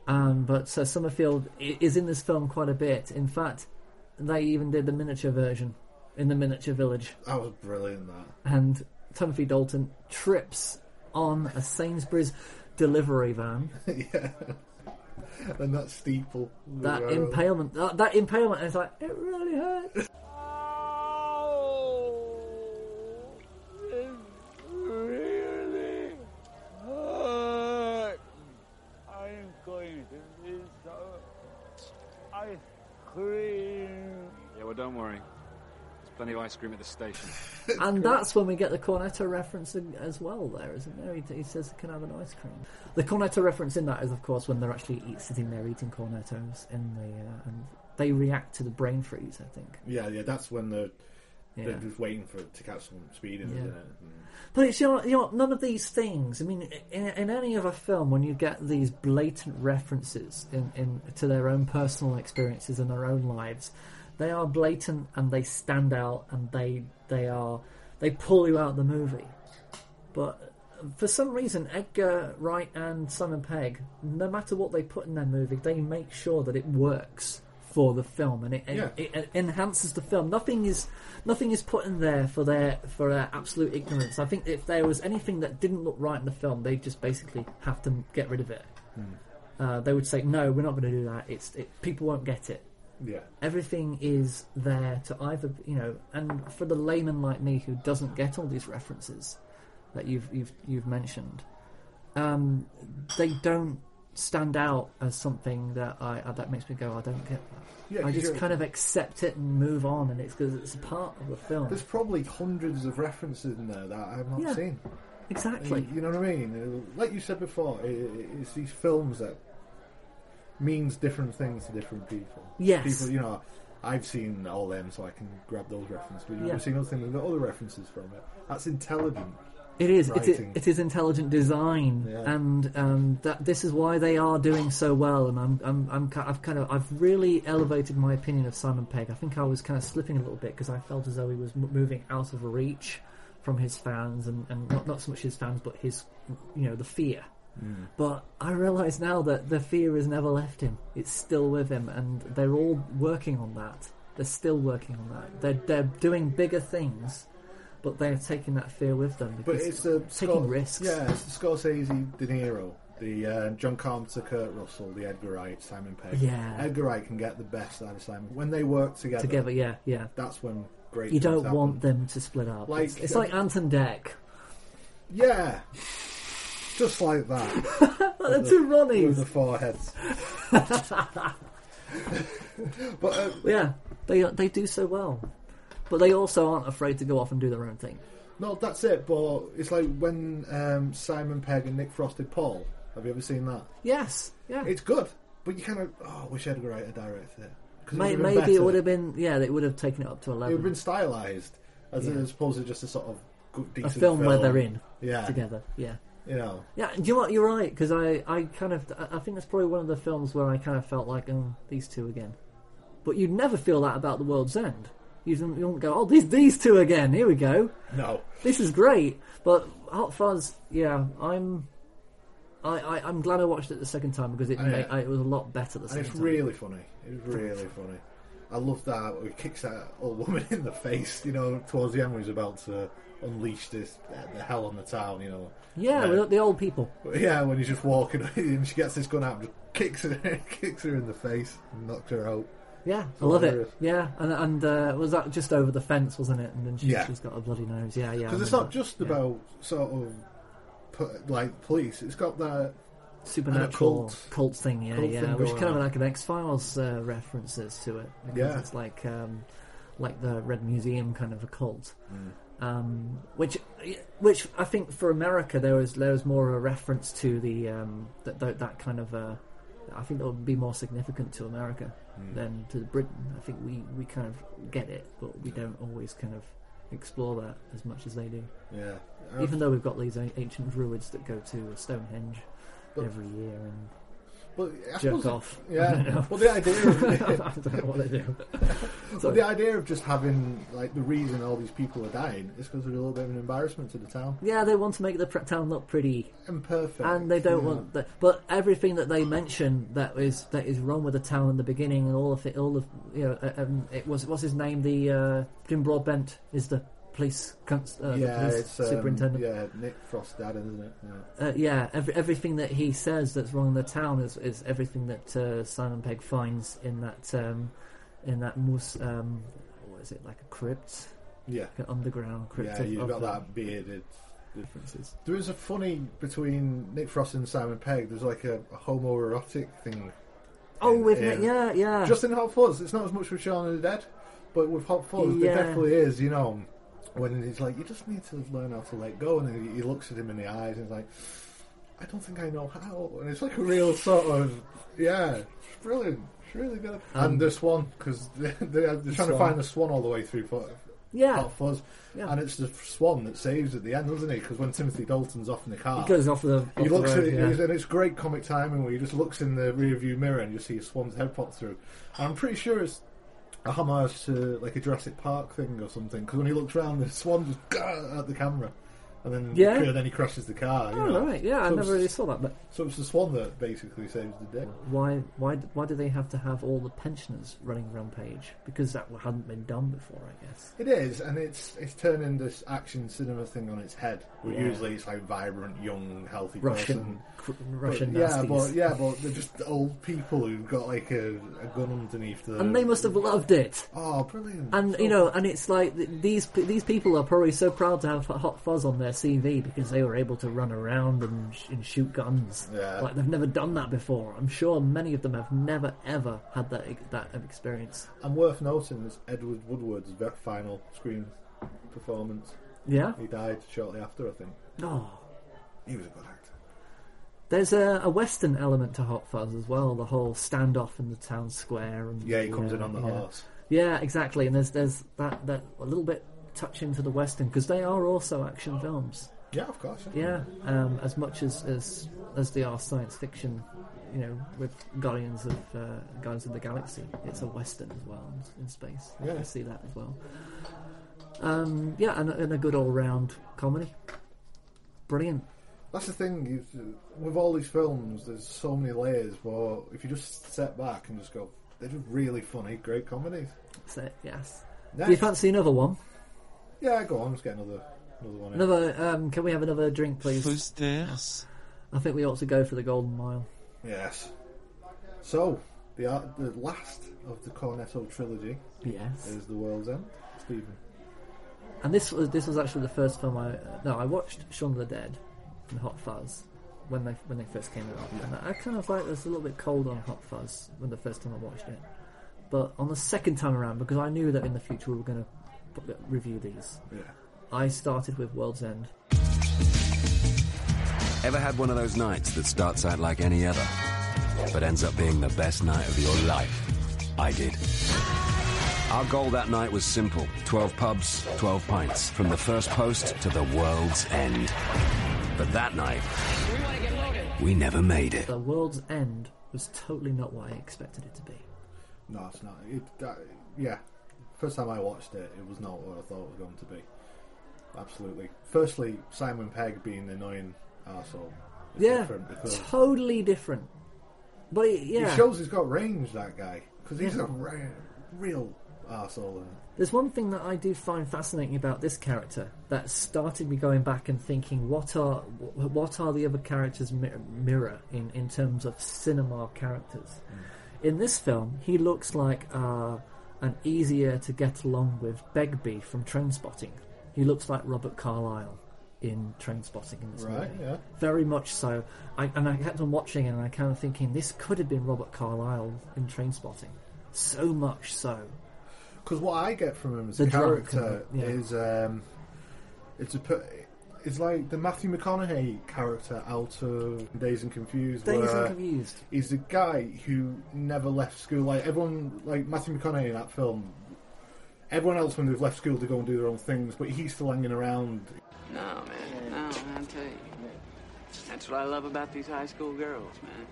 Um, but so Summerfield i- is in this film quite a bit. In fact, they even did the miniature version in the miniature village, That was brilliant. That and Timothy Dalton trips on a Sainsbury's delivery van. and that steeple. That Yeah. impalement, that, that impalement, it's like it really hurts. really hurt. I'm going to be so ice cream. Yeah, well, don't worry. There's plenty of ice cream at the station. and that's when we get the cornetto reference in, as well. There isn't there? He, he says, "Can I have an ice cream?" The cornetto reference in that is, of course, when they're actually eat, sitting there eating cornettos, in the uh, and they react to the brain freeze. I think, Yeah, yeah. That's when the. Yeah. They're just waiting for to catch some speed in Yeah. it, isn't it? Mm. but it's you know, you know none of these things. I mean, in, in any other film, when you get these blatant references in, in to their own personal experiences and their own lives, they are blatant and they stand out and they they are they pull you out of the movie. But for some reason, Edgar Wright and Simon Pegg, no matter what they put in their movie, they make sure that it works for the film and it, it- Yeah. it, enhances the film. Nothing is nothing is put in there for their for their absolute ignorance. I think if there was anything that didn't look right in the film, they just basically have to get rid of it. Uh, they would say, "No, we're not going to do that. It's it, people won't get it." Yeah. Everything is there to either you know, and for the layman like me who doesn't get all these references that you've you've you've mentioned, um, they don't stand out as something that I uh, that makes me go, I don't get that. Yeah, I 'cause just you're- kind of accept it and move on, and it's because it's a part of the film. There's probably hundreds of references in there that I've not Yeah, seen. exactly. You, you know what I mean? Uh, Like you said before, i i- it's these films that means different things to different people. Yes. People, you know, I've seen all them, so I can grab those references. But you've Yeah. seen other things and got other references from it. That's intelligent. It is. It, is- Writing. it is intelligent design, Yeah. and um, that this is why they are doing so well. And I'm, I'm, I'm, ki- I've kind of, I've really elevated my opinion of Simon Pegg. I think I was kind of slipping a little bit because I felt as though he was m- moving out of reach from his fans, and, and not not so much his fans, but his, you know, the fear. Mm. But I realise now that the fear has never left him. It's still with him, and they're all working on that. They're still working on that. They're they're doing bigger things, but they are taking that fear with them. But because it's the taking risks. Yeah, it's the Scorsese, De Niro, the uh, John Carpenter, Kurt Russell, the Edgar Wright, Simon Pegg. Yeah. Edgar Wright can get the best out of Simon when they work together. Together, yeah, yeah. That's when great. you things don't happen. want them to split up. Like- uh, it's, it's like Anton Deck. Yeah. Just like that. the two Ronnies. With the foreheads. but uh, yeah, they they do so well, but they also aren't afraid to go off and do their own thing. No, that's it. But it's like when um, Simon Pegg and Nick Frost did Paul. Have you ever seen that? Yes. Yeah. It's good, but you kind of oh, I wish Edgar Wright had directed it. 'Cause May, would've been maybe it better. would have been yeah, they would have taken it up to It would eleven. have been stylized as, Um, Yeah. as opposed to just a sort of good, a decent film, where they're in Yeah. together. Yeah. You know. Yeah, do you know what? You're right because I, I kind of, I- I think that's probably one of the films where I kind of felt like, um, these two again. But you'd never feel that about The World's End. You don't you don't go, oh, these these two again. Here we go. No. This is great. But Hot Fuzz, yeah, I'm, I, I I'm glad I watched it the second time because it Oh, ma- yeah. I, it was a lot better the And second it's time. really funny. It's really funny. I love that. He kicks that old woman in the face, you know, towards the end when he's about to unleash this the hell on the town, you know. yeah, Uh, with the old people. Yeah, when he's just walking and she gets this gun out and just kicks her, kicks her in the face and knocks her out. Yeah, It's I love it. hilarious. Yeah, and and uh, was that just over the fence, wasn't it? And then she's, Yeah. she's got a bloody nose. Yeah, yeah. I Because it's remember not that. just Yeah. about sort of pu- like police. It's got that supernatural cult. cult. thing, yeah, Cult yeah, thing which going kind of on. like an X Files uh, references to it. Because Yeah. it's like um, like the Red Museum kind of a cult, Mm. um, which which I think for America there was there was more of a reference to the um, that that that kind of. Uh, I think that would be more significant to America Mm. than to Britain. I think we, we kind of get it, but we don't always kind of explore that as much as they do. Yeah. Even though we've got these a- ancient druids that go to Stonehenge But- every year and But I jerk suppose- off. I don't Yeah. know. Well, the idea. Of, I don't know what they do. But Sorry. the idea of just having like the reason all these people are dying is because they're a little bit of an embarrassment to the town. Yeah, they want to make the pre- town look pretty and perfect, and they don't yeah. want that. But everything that they mention that is that is wrong with the town in the beginning, and all of it, all of you know, uh, um, it was what's his name? The uh, Jim Broadbent is the police, cons- uh, the yeah, police it's um, superintendent. Yeah, Nick Frost dad, isn't it? Yeah. uh, yeah, every, everything that he says that's wrong in the town is, is everything that uh, Simon Pegg finds in that um, in that mus um, what is it like a crypt? Yeah. like an underground crypt. Yeah, of- you've of got the- that bearded differences. There is a funny between Nick Frost and Simon Pegg. There's like a, a homoerotic thing. Oh, in- with in- Nick- yeah, yeah. Just in Hot Fuzz, it's not as much with Shaun of the Dead, but with Hot Fuzz, Yeah. there definitely is. You know, when he's like, you just need to learn how to let go, and then he, he looks at him in the eyes and he's like, I don't think I know how, and it's like a real sort of yeah, it's brilliant. It's really good. Um, and the swan, because they're, they're trying to swan. find the swan all the way through Hot- Yeah. Hot Fuzz. Yeah. And it's the swan that saves at the end, doesn't he? Because when Timothy Dalton's off in the car, He goes off the- he off the looks road, at it, yeah. and it's great comic timing where he just looks in the rearview mirror and you see a swan's head pop through. And I'm pretty sure it's a homage to like a Jurassic Park thing or something. Because when he looks round, the swan just at the camera. and then Yeah. and then he crashes the car. You Oh, know. right, yeah, I it's- never really saw that, but- so it's the swan that basically saves the day. Why, why, why do they have to have all the pensioners running rampage? Because that hadn't been done before, I guess. It is, and it's it's turning this action cinema thing on its head. Where Yeah. usually it's like vibrant, young, healthy Russian- person. cr- um, But Russian yeah, nasties. but yeah, but they're just old people who've got like a, a gun underneath the. And they must have loved it. Oh, brilliant! And you know, and it's like th- these p- these people are probably so proud to have Hot Fuzz on their CV because they were able to run around and, sh- and shoot guns. Yeah. Like they've never done that before. I'm sure many of them have never ever had that ex- that experience. And worth noting is Edward Woodward's ve- final screen performance. Yeah? he died shortly after, I think. Oh. he was a good actor. There's a, a Western element to Hot Fuzz as well. The whole standoff in the town square, and uh, Yeah, he comes in on the yeah. horse. Yeah, exactly. And there's there's that that a little bit touch into the Western because they are also action films. Yeah, of course. Yeah, um, as much as, as as they are science fiction, you know, with Guardians of uh, Guardians of the Galaxy, it's a Western as well in, in space. Yeah. I see that as well. Um, yeah, and, and a good all round comedy. Brilliant. That's the thing you, with all these films. There's so many layers. Where if you just step back and just go, they're just really funny, great comedies. That's it. Yes. Do you Next. fancy another one? Yeah, go on. Let's get another another one. in. Another? Um, can we have another drink, please? Who's I think we ought to go for the Golden Mile. Yes. So the ar- the last of the Cornetto trilogy. Yes. Is the World's End, Stephen. And this was this was actually the first film I no I watched Shaun of the Dead and Hot Fuzz when they when they first came out. And I kind of like was a little bit cold on Hot Fuzz when the first time I watched it, but on the second time around because I knew that in the future we were going to review these. Yeah. I started with World's End. Ever had one of those nights that starts out like any other, but ends up being the best night of your life? I did. Our goal that night was simple 12 pubs, 12 pints, from the first post to the world's end. But that night, we never made it. The World's End was totally not what I expected it to be. No, it's not. It, that, yeah. First time I watched it, it was not what I thought it was going to be. Absolutely. Firstly, Simon Pegg being an annoying arsehole. is yeah, different because totally different. But it, yeah, He shows he's got range, that guy. Because he's Yeah. a ra- real arsehole. and- There's one thing that I do find fascinating about this character that started me going back and thinking what are wh- what are the other characters mi- mirror in in terms of cinema characters. Mm. In this film, he looks like uh, an easier to get along with Begbie from Train Spotting. He looks like Robert Carlyle in Train Spotting in this Right, movie. yeah. Very much so. I, and I kept on watching it and I kind of thinking this could have been Robert Carlyle in Train Spotting. So much so. Because what I get from him as The a drunk character and the- yeah. is um, it's a per- it's like the Matthew McConaughey character out of Days and Confused. Dazed and where Confused. He's a guy who never left school. Like everyone, like Matthew McConaughey in that film. Everyone else, when they've left school, to go and do their own things, but he's still hanging around. No, man. No, I'll tell you. That's what I love about these high school girls, man.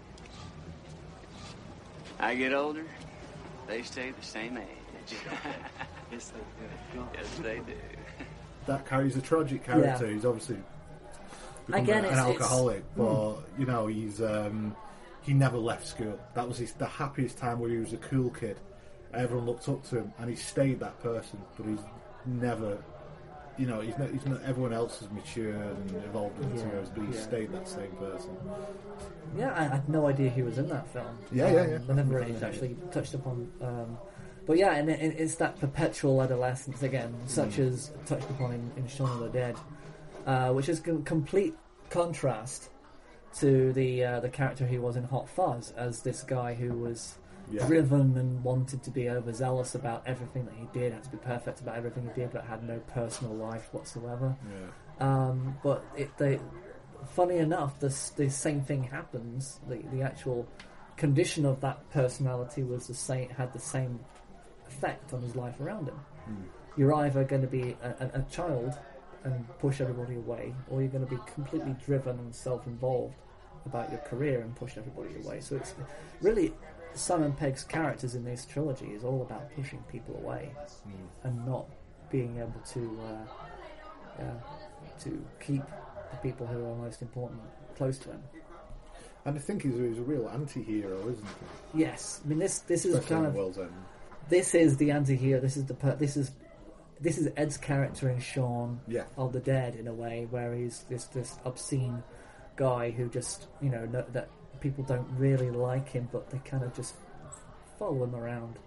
I get older, they stay the same age. yes, they do. Yes, they do. That carries a tragic character. Yeah. He's obviously become Again, an it's- it's- alcoholic, but Mm. you know he's um, he never left school. That was his, the happiest time where he was a cool kid. Everyone looked up to him, and he stayed that person. But he's never, you know, he's not. He's not everyone else has matured and evolved into Yeah, those, but he yeah. stayed that same person. Yeah, I I had no idea he was in that film. Yeah, yeah, yeah. Um, I never really actually touched upon. Um, but yeah, and it, it- it's that perpetual adolescence again, such Mm. as touched upon in, in Shaun of the Dead, uh, which is com- complete contrast to the uh, the character he was in Hot Fuzz as this guy who was Yeah. driven and wanted to be overzealous about everything that he did, had to be perfect about everything he did, but had no personal life whatsoever. Um, but it, they, funny enough, the, s- the same thing happens. The, the actual condition of that personality was the same, had the same effect on his life around him. Hmm. You're either going to be a, a, a child and push everybody away, or you're going to be completely driven and self-involved about your career and push everybody away. So it's really Simon Pegg's characters in this trilogy is all about pushing people away Mm. and not being able to uh, yeah, to keep the people who are most important close to him. And I think he's, he's a real anti-hero, isn't he? Yes, I mean this this is Especially kind in of World's End. this is the anti-hero. This is the per- this is this is Ed's character in Shaun Yeah. of the Dead in a way, where he's this this obscene guy who just you know no, that people don't really like him, but they kind of just follow him around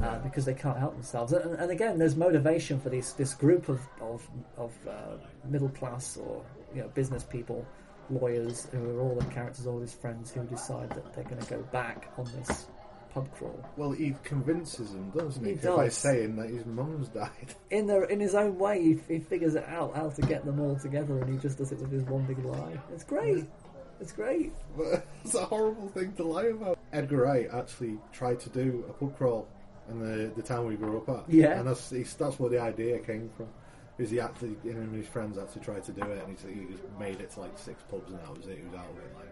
uh, Yeah. because they can't help themselves. And, and again, there's motivation for these this group of of, of uh, middle class or you know business people. Lawyers who are all the characters, all his friends, who decide that they're going to go back on this pub crawl. Well, he convinces him, doesn't he? He By does. saying that his mum's died. in their in his own way, he, he figures it out how to get them all together, and he just does it with his one big lie. It's great. It's great. it's a horrible thing to lie about. Edgar Wright actually tried to do a pub crawl in the, the town we grew up at. Yeah. And that's, it's, that's where the idea came from. Is he actually, him and his friends actually tried to do it, and he, he just made it to like six pubs, and that was it. He was out of it. Like,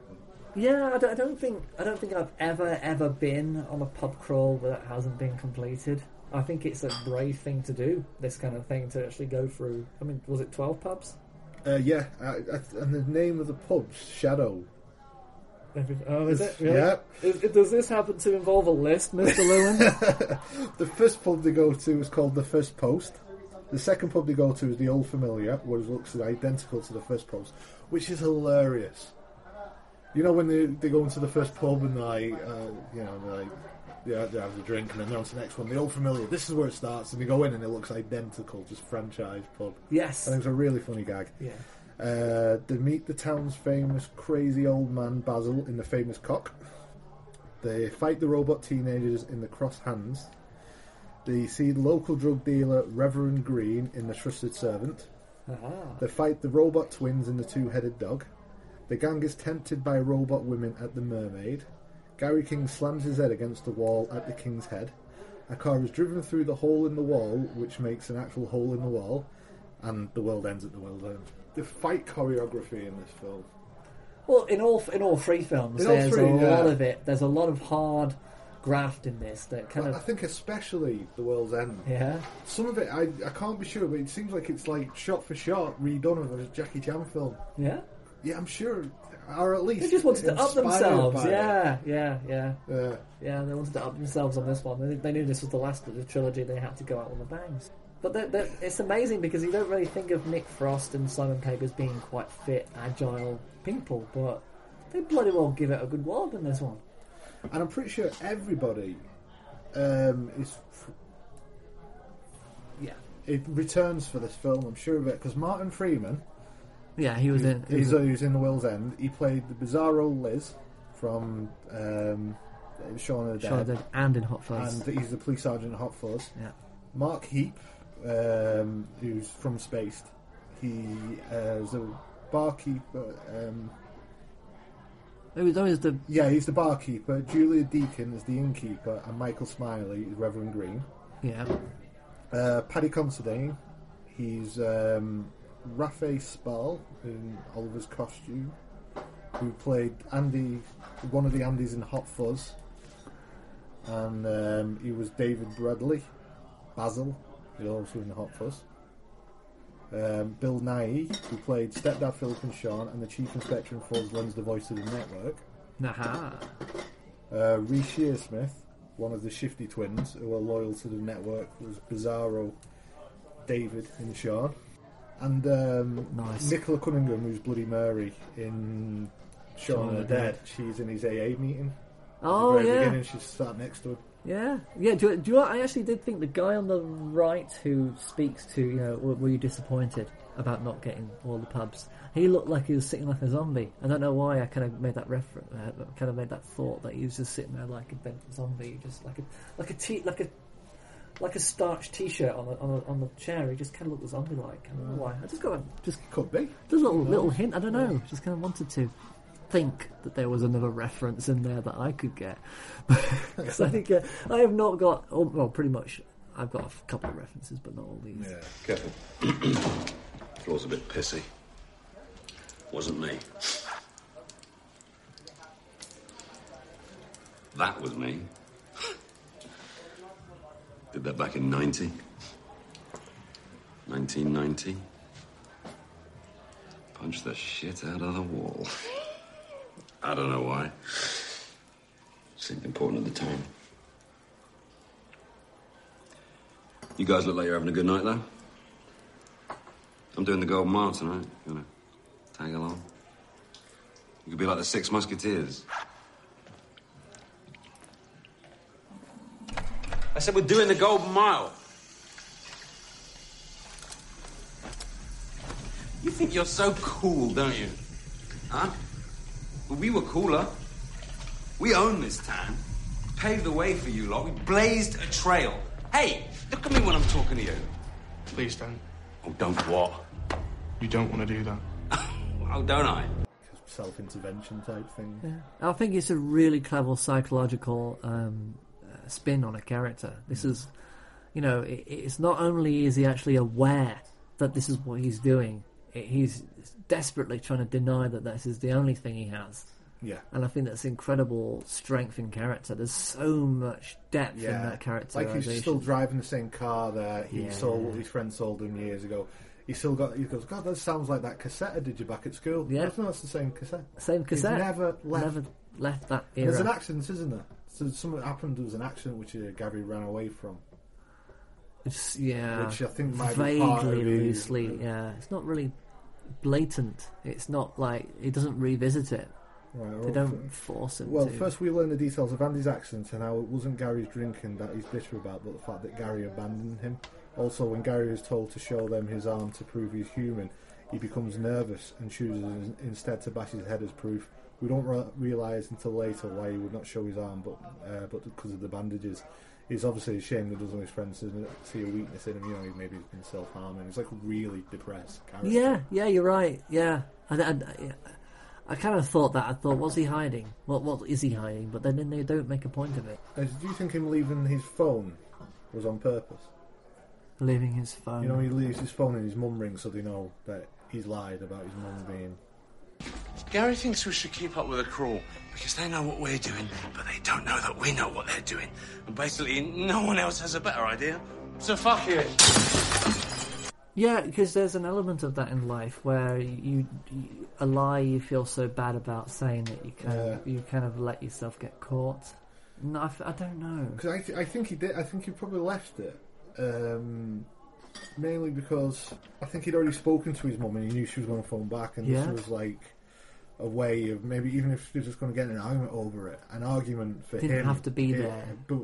Yeah, I don't, I don't think I don't think I've ever ever been on a pub crawl that hasn't been completed. I think it's a brave thing to do. This kind of thing to actually go through. I mean, was it twelve pubs? uh, yeah, I, I, and the name of the pub's Shadow. Every, oh, is it? Really? Yeah. Is- does this happen to involve a list, Mister Lewin? The first pub they go to is called the First Post. The second pub they go to is the Old Familiar, which looks identical to the First Post, which is hilarious. You know when they, they go into the first pub and they, uh, you know, they, yeah, they have a drink and then they're on to the next one. The Old Familiar. This is where it starts, and they go in and it looks identical, just franchise pub. Yes. and it was a really funny gag. Yeah. Uh, they meet the town's famous crazy old man Basil in the famous cock. They fight the robot teenagers in the cross hands. They see the local drug dealer Reverend Green in the trusted servant. Ah. They fight the robot twins in the two headed dog. The gang is tempted by robot women at the mermaid. Gary King slams his head against the wall at the king's head. A car is driven through the hole in the wall, which makes an actual hole in the wall. And the world ends at the world end. The fight choreography in this film. Well, in all in all three films, In all there's three, a yeah. lot of it. There's a lot of hard graft in this that kind But I of think especially the world's end. yeah. Some of it, I, I can't be sure, but it seems like it's like shot for shot redone of a Jackie Chan film. Yeah, Yeah, I'm sure, or at least they just wanted to up inspired themselves. by it. Yeah, yeah, yeah, yeah, yeah. They wanted to up themselves on this one. They, they knew this was the last of the trilogy. They had to go out with a bang. But they're, they're, it's amazing because you don't really think of Nick Frost and Simon Pegg as being quite fit, agile people, but they bloody well give it a good wallop in this one. And I'm pretty sure everybody um, is Yeah, it returns for this film. I'm sure of it because Martin Freeman, yeah. He was in. he's, he's in The World's End. He played the bizarro Liz from um, Shaun of the Dead, and in Hot Fuzz. and he's the police sergeant at Hot Fuzz. Yeah. Mark Heap, um, who's from Spaced, he uh, is a barkeeper. Um, It was always the yeah, he's the barkeeper. Julia Deakin is the innkeeper, and Michael Smiley is Reverend Green. yeah. Uh, Paddy Considine, he's um, Rafe Spall in Oliver's costume, who played Andy, one of the Andys in Hot Fuzz, and um, he was David Bradley, Basil, who's also in Hot Fuzz. Um, Bill Nye, who played stepdad Philip and Sean, and the chief inspector in Fuzz, runs the voice of the network. Naha. Uh, Ree Shearsmith, one of the Shifty twins who are loyal to the network, was Bizarro David in Sean. And um, Nice. Nicola Cunningham, who's Bloody Mary in Shaun of the Dead, she's in his AA meeting. Oh, At the very yeah. beginning, she's sat next to him. Yeah, yeah. Do, you- do you know what? I actually did think the guy on the right who speaks to you know, were, were you disappointed about not getting all the pubs? He looked like he was sitting like a zombie. I don't know why. I kind of made that reference. Uh, kind of made that thought that he was just sitting there like a dead zombie, just like a like a t like a like a starched t-shirt on the, on, the, on the chair. He just kind of looked zombie-like. I don't know why. I just got a just Could be. just a little little hint. I don't know. Just kind of wanted to think that there was another reference in there that I could get. Because I think uh, I have not got. oh, Well, pretty much, I've got a f- couple of references, but not all these. Careful. Floor's a bit pissy. Wasn't me. That was me. Did that back in 90. 1990. punch the shit out of the wall. I don't know why. Seemed important at the time. You guys look like you're having a good night, though. I'm doing the Golden Mile tonight. You wanna tag along? You could be like the Six Musketeers. I said we're doing the Golden Mile. You think you're so cool, don't you? Huh? Well, we were cooler. We own this town. Paved the way for you lot. We blazed a trail. Hey, look at me when I'm talking to you. Please don't. Oh, don't what? You don't want to do that. Oh, don't I? Self intervention type thing. I think it's a really clever psychological um, uh, spin on a character. This is, you know, it, it's not only is he actually aware that this is what he's doing, it, he's desperately trying to deny that this is the only thing he has. Yeah. and I think that's incredible strength in character. There's so much depth in that character. Like he's still driving the same car that he Yeah. sold, what his friend sold him years ago. He still got. He goes, God, that sounds like that cassette I did you back at school. Yeah. that's, no, that's the same cassette. Same cassette. He's never left. Never left that And There's era. an accident, isn't there? So something happened. There was an accident which uh, Gary ran away from. It's- yeah, Which I think might vaguely be part of the- loosely. Yeah, it's not really blatant. It's not like he doesn't revisit it. Right, they well, don't force him. Well, to. first we learn the details of Andy's accident and how it wasn't Gary's drinking that he's bitter about, but the fact that Gary abandoned him. Also, when Gary is told to show them his arm to prove he's human, he becomes nervous and chooses in- instead to bash his head as proof. We don't re- realise until later why he would not show his arm, but uh, but because of the bandages. He's obviously ashamed of doesn't his friends and see a weakness in him. You know, he maybe has been self harming. He's like a really depressed. Character. Yeah, yeah, you're right. Yeah, and, and I, I kind of thought that. I thought, was he hiding? What, what is he hiding? But then, then they don't make a point of it. Now, do you think him leaving his phone was on purpose? Leaving his phone. You know, he leaves his phone in his mum rings so they know that he's lied about his mum being. Gary thinks we should keep up with the crawl because they know what we're doing, but they don't know that we know what they're doing. And basically, no one else has a better idea. So fuck it. Yeah, because there's an element of that in life where you, you a lie you feel so bad about saying that you kind of you kind of let yourself get caught. No, I, f- I don't know. Because I, th- I think he did. I think he probably left it um, mainly because I think he'd already spoken to his mum and he knew she was going to phone back, and Yeah. this was like a way of maybe even if she was just going to get in an argument over it, an argument for Didn't him have to be Yeah, there. But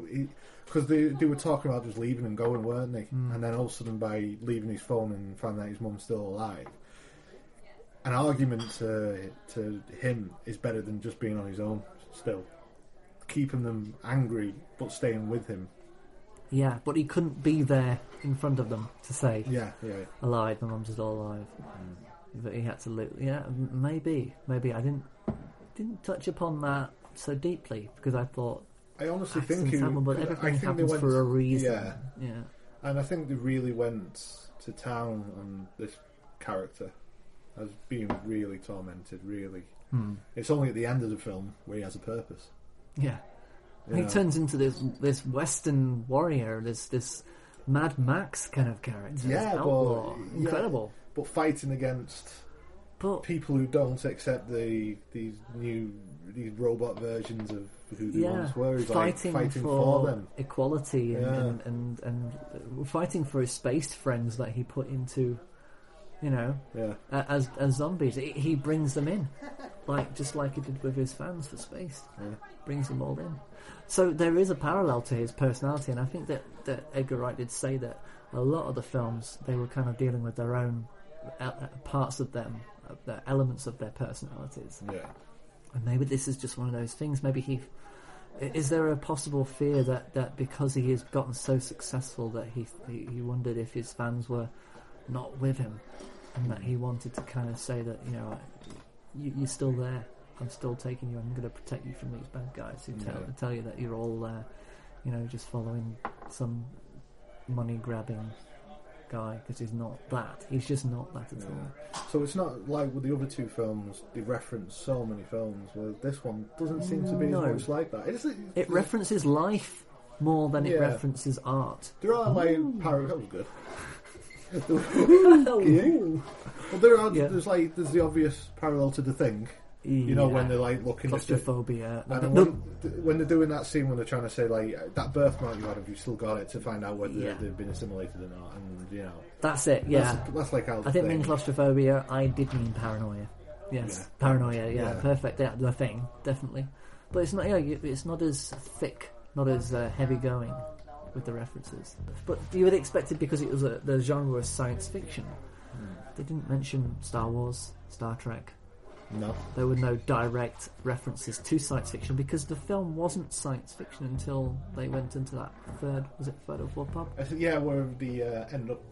because they they were talking about just leaving and going, weren't they? Hmm. And then all of a sudden, by leaving his phone and finding out his mum's still alive. An argument to, to him is better than just being on his own. Still, keeping them angry but staying with him. Yeah, but he couldn't be there in front of them to say, Yeah, Mm. yeah, yeah. I lied. My mum's still alive." But he had to look. Yeah, m- maybe, maybe I didn't didn't touch upon that so deeply because I thought I honestly accidents think he, happen, but I everything think they happens went- for a reason. Yeah, yeah. And I think they really went to town on this character as being really tormented. Really, Hmm. it's only at the end of the film where he has a purpose. Yeah. You He know. turns into this this Western warrior, this this Mad Max kind of character. this Yeah, outlaw. but yeah, incredible. but fighting against people who don't accept the these new these robot versions of who they Yeah, once were. He's fighting, like fighting for, for them. equality and, Yeah. and, and and uh, fighting for his space friends that he put into, you know, Yeah. a- as as zombies. He- He brings them in, like just like he did with his fans for space. Brings them all in. So there is a parallel to his personality, and I think that that Edgar Wright did say that a lot of the films they were kind of dealing with their own uh, uh, parts of them, uh, the elements of their personalities. Yeah. And maybe this is just one of those things. Maybe he. Is there a possible fear that, that because he has gotten so successful that he, he he wondered if his fans were not with him, and that he wanted to kind of say that you know I- you, you're still there, I'm still taking you, I'm going to protect you from these bad guys who tell Yeah. tell you that you're all uh, you know just following some money grabbing guy because he's not that. He's just not that at all. Yeah. So it's not like with the other two films, they reference so many films, where this one doesn't seem to be No. as much like that. It's, it, It references life more than it Yeah. references art. there are like parodies. That was good. Ooh. Yeah. Well, there are there's like there's the obvious parallel to the thing. You know when Yeah. they're like looking Claustrophobia. At the, and No. when, when they're doing that scene when they're trying to say like that birthmark you had, have you still got it to find out whether Yeah. they've been assimilated or not? And you know That's it. Yeah, that's, that's like how I didn't they- mean claustrophobia. I did mean paranoia. Yes, Yeah. paranoia. Yeah, Yeah. perfect. Yeah, the thing definitely, but it's not. Yeah, you, it's not as thick, not as uh, heavy going with the references. But you would expect it because it was a, the genre was science fiction. Hmm. They didn't mention Star Wars, Star Trek. No, there were no direct references to science fiction because the film wasn't science fiction until they went into that third. Was it third or fourth pub? I said, yeah, where the uh, end up,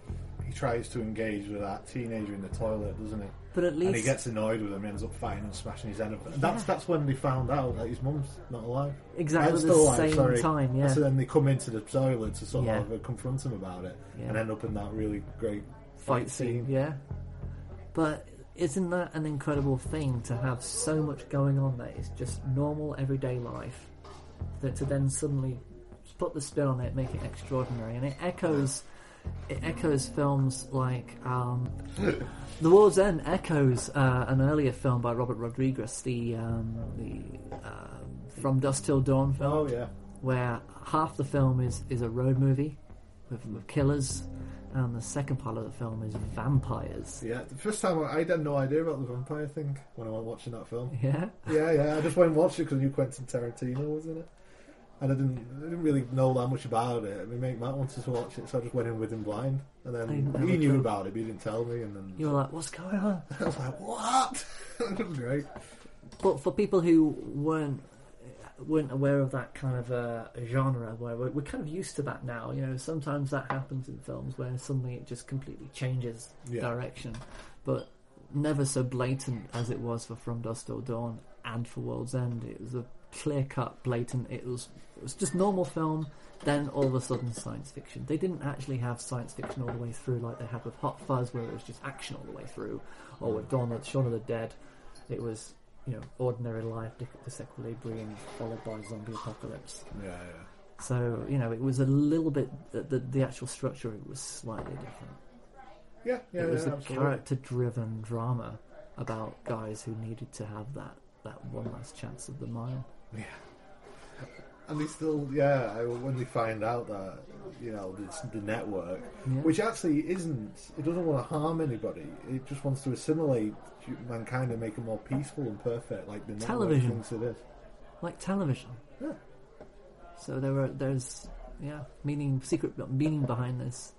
he tries to engage with that teenager in the toilet, doesn't he? But at and he least- gets annoyed with him, he ends up fighting and smashing his head. Up. And that's that's when they found out that his mum's not alive. Exactly Uh, at still the alive, same sorry. time, And yeah. So then they come into the toilet to sort Yeah. of uh, confront him about it, Yeah. and end up in that really great fight scene. Yeah. But isn't that an incredible thing to have so much going on that it's just normal everyday life that to then suddenly put the spin on it, make it extraordinary, and it echoes. It echoes films like um, The War's End echoes uh, an earlier film by Robert Rodriguez, the um, the uh, From Dusk Till Dawn film. Oh, yeah. where half the film is, is a road movie with, with killers, and the second part of the film is vampires. Yeah, the first time I, I had no idea about the vampire thing when I went watching that film. Yeah? yeah, yeah. I just went and watched it because knew Quentin Tarantino was in it, and I didn't, I didn't really know that much about it. My mate Matt wanted to watch it, so I just went in with him blind, and I didn't then have he a knew clue. about it, but he didn't tell me, and then You were like, what's going on? I was like, what? it was great. But for people who weren't weren't aware of that kind of uh, genre, where we're, we're kind of used to that now, you know, sometimes that happens in films where suddenly it just completely changes Yeah. direction, but never so blatant as it was for From Dusk Till Dawn and for World's End. It was a clear cut, blatant. It was it was just normal film. Then all of a sudden, science fiction. They didn't actually have science fiction all the way through like they have with Hot Fuzz, where it was just action all the way through, or with Dawn of Shaun of the Dead, it was you know ordinary life, dis- disequilibrium, followed by zombie apocalypse. Yeah, yeah. So you know it was a little bit the the, the actual structure it was slightly different. Yeah, yeah, it was yeah, a absolutely. character-driven drama about guys who needed to have that that one last chance of the mile. Yeah. And they still, yeah, I- when they find out that, you know, it's the network, Yeah. which actually isn't, it doesn't want to harm anybody. It just wants to assimilate hu- mankind and make it more peaceful and perfect, like the network Television. thinks it is. like television. Yeah. So there were there's yeah meaning secret meaning behind this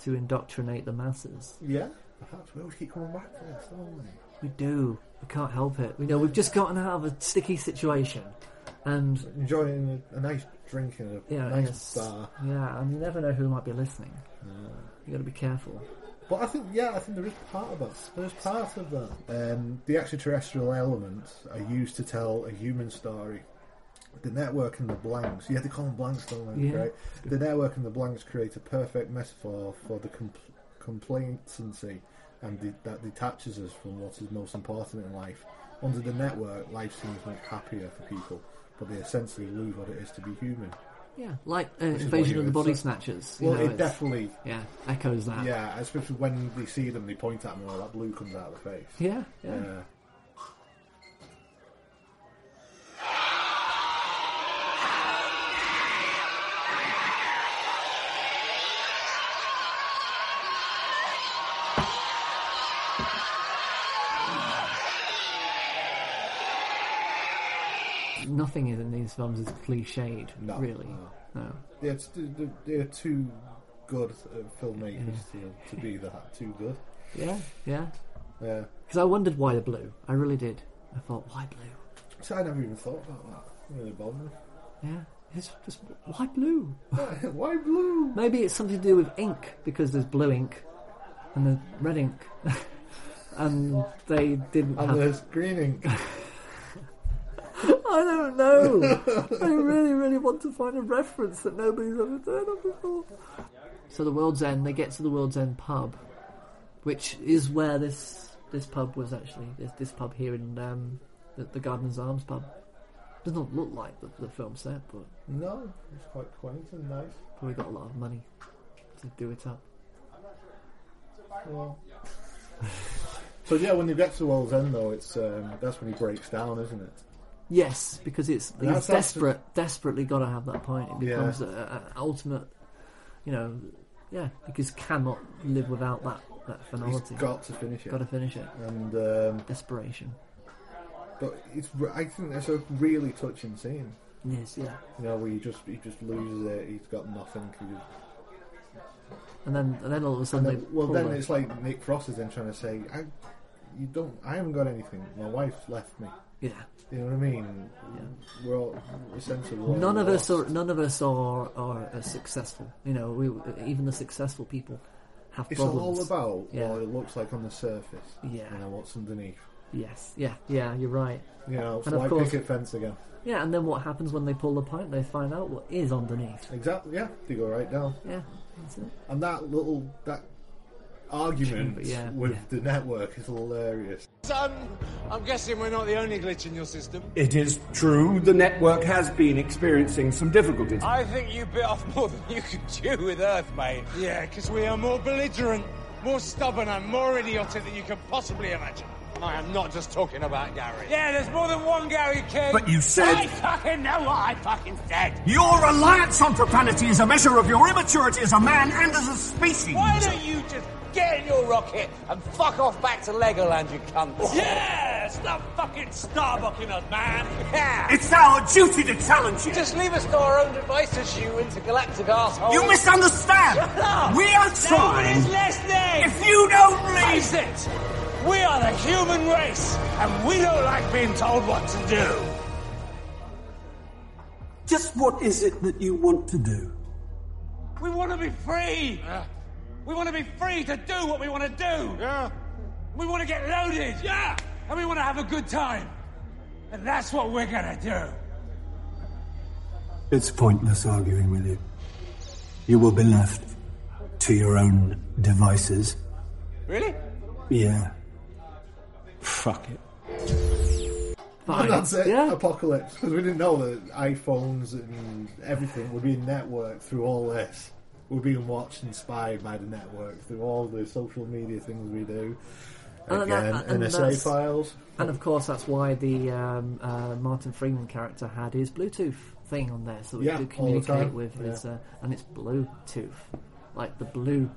to indoctrinate the masses. Yeah, perhaps we'll keep coming back to this, don't we? We do. We can't help it. We know we've just gotten out of a sticky situation, and Enjoying a, a nice drink in a yeah, nice yes. bar. yeah, and you never know who might be listening. You got to be careful. But I think, yeah, I think there is part of that. There's part of that. Um, the extraterrestrial elements are used to tell a human story. The network and the blanks, yeah, they call them blanks, don't they? Yeah. Right? The network and the blanks create a perfect metaphor for the com- complacency and de- that detaches us from what is most important in life. Under the network, life seems much happier for people, but they essentially lose what it is to be human. Yeah, like uh, Which is what Invasion you of the would Body say. Snatchers. you Well, know, it it's- definitely yeah echoes that. Yeah, especially when they see them, they point at them, and all that blue comes out of their face. Yeah, yeah. Nothing in these films is cliched, No, really. no. no. Yeah, it's, they're, they're too good at filmmakers to, to be that. Too good. Yeah, yeah. Yeah. Because I wondered why the blue. I really did. I thought, why blue? So I never even thought about that. Really bothered me. Yeah. It's just, why blue? why blue? Maybe it's something to do with ink, because there's blue ink and there's red ink. and they didn't And have... there's green ink. I don't know. I really, really want to find a reference that nobody's ever heard of before. So the World's End, they get to the World's End pub, which is where this this pub was actually. This, this pub here in um, the, the Gardener's Arms pub doesn't look like the, the film set, but no, it's quite quaint and nice. probably got a lot of money to do it up. Well, So yeah, when they get to World's End, though, it's um, that's when he breaks down, isn't it? Yes, because it's And that's- he's that's- desperate, desperately got to have that pint. It Yeah. becomes a- a- a ultimate, you know, yeah, because cannot live without that that finality. He's got to finish it. Got to finish it. And um, desperation. But it's re- I think that's a really touching scene. Yes, yeah. You know, where he just he just loses it. He's got nothing. He just, And then, and then all of a sudden, and then, they well, pull then the- it's like Nick Frost is then trying to say, I, you don't, I haven't got anything. My wife's left me. Yeah. You know what I mean? We're all essentially we're all none of us lost. are none of us are are, are successful. You know, we, even the successful people have It's problems. all about yeah, what it looks like on the surface. Yeah. And then what's underneath. Yes. yeah, yeah. You're right. You know, it's And of like course- picket fence again. Yeah, and then what happens when they pull the pint? They find out what is underneath. Exactly. Yeah, they go right down. Yeah, that's it. And that little that argument Yeah, with the network is hilarious. Son, I'm guessing we're not the only glitch in your system. It is true the network has been experiencing some difficulties. I think you bit off more than you could chew with Earth, mate. Yeah, because we are more belligerent, more stubborn, and more idiotic than you can possibly imagine. I am not just talking about Gary. Yeah, there's more than one Gary King. But you said- I fucking know what I fucking said. Your reliance on profanity is a measure of your immaturity as a man and as a species. Why don't you just get in your rocket and fuck off back to Legoland, you cunt? Yeah, stop fucking starbucking us, man. Yeah. It's our duty to challenge you. Just leave us to our own devices, you intergalactic asshole. You misunderstand. Shut up. We are trying- Nobody's listening. If you don't leave- Face it, we are the human race, and we don't like being told what to do. Just what is it that you want to do? We want to be free. We want to be free to do what we want to do. Yeah. We want to get loaded. Yeah. And we want to have a good time. And that's what we're going to do. It's pointless arguing with you. You will be left to your own devices. Really? Yeah. Fuck it. And that's it. Apocalypse. Because we didn't know that iPhones and everything were being networked through all this. We're being watched and spied by the network through all the social media things we do. And Again, Oh, that- and NSA that's- files. And of course, that's why the um, uh, Martin Freeman character had his Bluetooth thing on there, so he Yeah, could all the communicate time, with his. yeah. Uh, and it's Bluetooth, like the blue.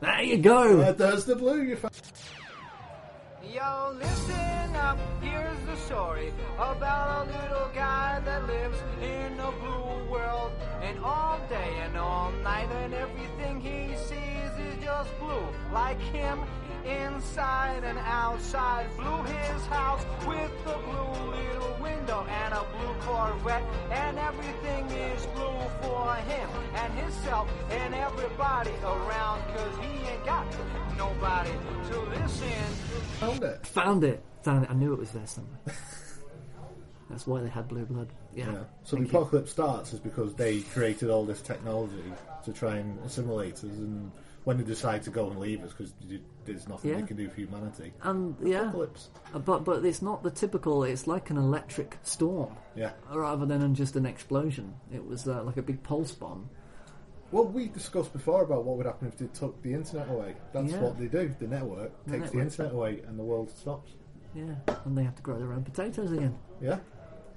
There you go. Uh, there's the blue. You fa- Yo, listen up, here's the story about a little guy that lives in a blue world. And all day and all night, and everything he sees is just blue. Like him, inside and outside. Blue his house with a blue little window and a blue Corvette. And everything is blue for him and himself and everybody around, cause he ain't got nobody to listen Found it. Found it. Found it. I knew it was there somewhere. that's why they had blue blood. Yeah. So the apocalypse starts is because they created all this technology to try and assimilate us, and when they decide to go and leave us because there's nothing Yeah. Um, they can do for humanity. And yeah, Apocalypse. Uh, but but it's not the typical. It's like an electric storm. Yeah. Rather than just an explosion, it was uh, like a big pulse bomb. Well, we discussed before about what would happen if they took the internet away. That's Yeah. what they do. The network The takes the network. internet away, and the world stops. Yeah, and they have to grow their own potatoes again. Yeah.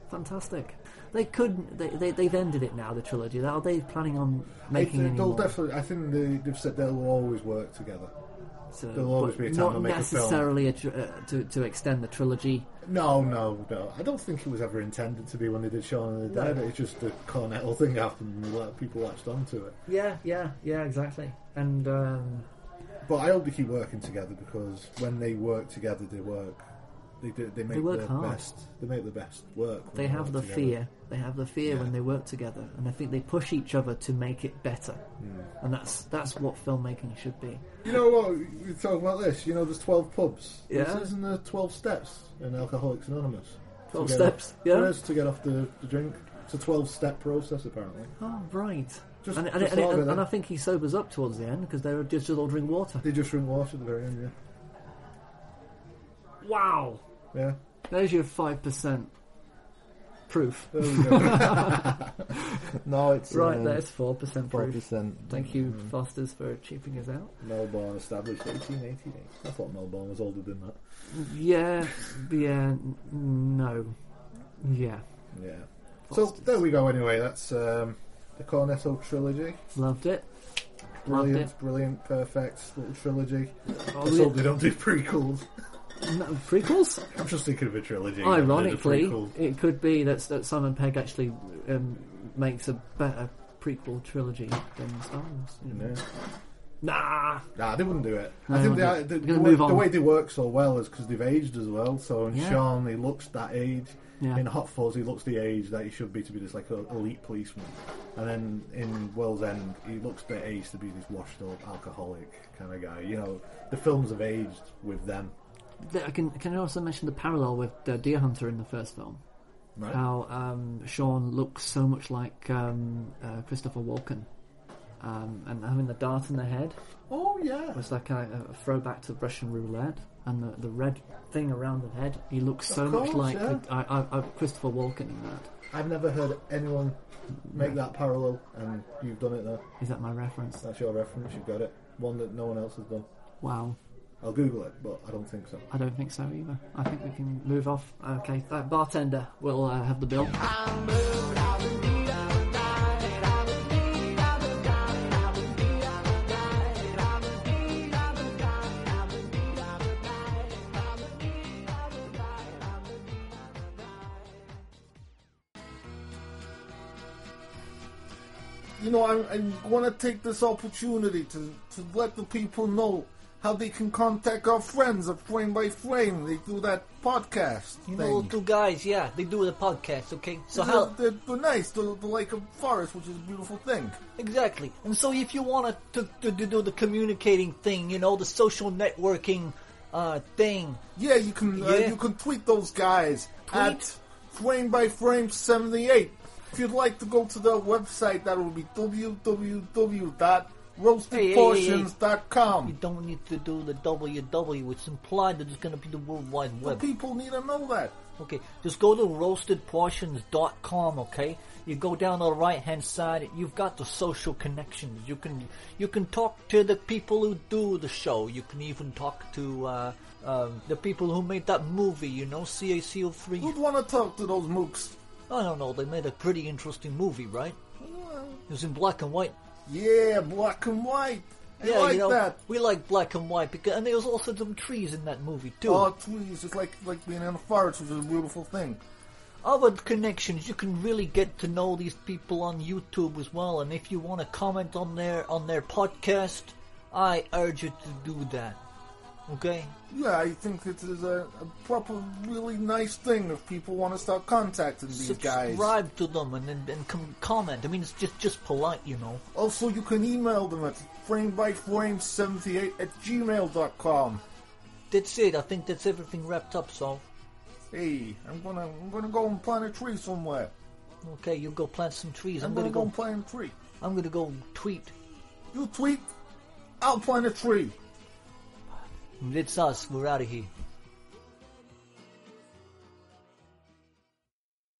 Fantastic. They could. They, they they've ended it now. The trilogy. Are they planning on making It- any uh, they'll more? definitely. I think they, they've said they'll always work together. So, There'll always but be a time not to make a film. necessarily a tr- uh, to to extend the trilogy. No, no, no. I don't think it was ever intended to be when they did Shaun of the No. Dead. It's just the Cornetto thing happened and a lot of people latched onto it. Yeah, yeah, yeah. Exactly. And um, But I hope they keep working together because when they work together, they work. They do. They make work their hard. best. They make the best work. when they have work the together. fear. They have the fear when they work together, and I think they push each other to make it better. Mm. And that's that's what filmmaking should be. You know what? We're talking about this. You know, there's 12 pubs. Yeah. This isn't there 12 steps in Alcoholics Anonymous? 12 To get steps, off- yeah. There is to get off the, the drink. It's a 12 step process, apparently. Oh, right. Just- and, and, just and, lager and, then. I think he sobers up towards the end because they were just, just all drink water. They just drink water at the very end, yeah. Wow. Yeah. There's your five percent proof. There we go. no, it's right. um, there's four percent proof. Mm-hmm. 4%, Thank you, mm. Foster's, for cheaping us out. Melbourne established 1888. I thought Melbourne was older than that. Yeah, yeah, n- no, yeah. Yeah. So there we go. Anyway, that's um, the Cornetto trilogy. Loved it. Brilliant, Loved brilliant, perfect little trilogy. Oh, Let's yeah. hope they don't do prequels. No, prequels? I'm just thinking of a trilogy. Ironically, They're the prequel. it could be that, that Simon Pegg actually um, makes a better prequel trilogy than Star Wars. you know. Nah. Nah, they wouldn't do it. No, I think they they, are, wouldn't. the, We're gonna the, way, move the on. way they work so well is because they've aged as well. So in Yeah. Sean, he looks that age. Yeah. In Hot Fuzz, he looks the age that he should be to be this like a elite policeman. And then in World's End, he looks the age to be this washed up alcoholic kind of guy. You know, the films have aged with them. Th- I can can I also mention the parallel with uh, Deer Hunter in the first film? Right. How um, Sean looks so much like um, uh, Christopher Walken, um, and having the dart in the head. Oh yeah. was like a, a throwback to Russian roulette, and the, the red thing around the head. He looks so Of much course, like yeah. the, I, I, I, Christopher Walken in that. I've never heard anyone make that parallel, and you've done it there. Is that my reference? That's your reference. You've got it. One that no one else has done. Wow. I'll Google it, but I don't think so. I don't think so either. I think we can move off. Okay, that bartender will uh, have the bill. you know, I, I want to take this opportunity to, to let the people know how they can contact our friends at Frame by Frame. They do that podcast You thing. know, two guys, yeah, they do the podcast, okay? So they're, how... they're, they're nice. They're, they're like a forest, which is a beautiful thing. Exactly. And so if you want to, to, to do the communicating thing, you know, the social networking uh, thing... Yeah, you can uh, Yeah. you can tweet those guys Tweet. at frame by frame seventy eight. If you'd like to go to their website, that will be www.roastedportions.com. You don't need to do the www. It's implied that it's going to be the World Wide Web. people need to know that. Okay, just go to roastedportions.com, okay? You go down the right-hand side, you've got the social connections. You can you can talk to the people who do the show. You can even talk to uh, um, the people who made that movie, you know, CACO3. Who'd want to talk to those mooks? I don't know, they made a pretty interesting movie, right? It was in black and white. Yeah, black and white. I yeah, like you know, that. we like black and white because, and there was also some trees in that movie too. Oh, trees. It's like like being in a forest, which is a beautiful thing. other connections. You can really get to know these people on YouTube as well. And if you want to comment on their on their podcast, I urge you to do that. Okay. Yeah, I think it is a, a proper, really nice thing if people want to start contacting these guys. Subscribe to them and and, and com- comment. I mean, it's just just polite, you know. Also, you can email them at framebyframe78 at gmail.com. That's it. I think that's everything wrapped up. So, hey, I'm gonna I'm gonna go and plant a tree somewhere. Okay, you go plant some trees. I'm, I'm gonna, gonna go go- and plant a tree. I'm gonna go tweet. You tweet. I'll plant a tree. It's us. We're out of here.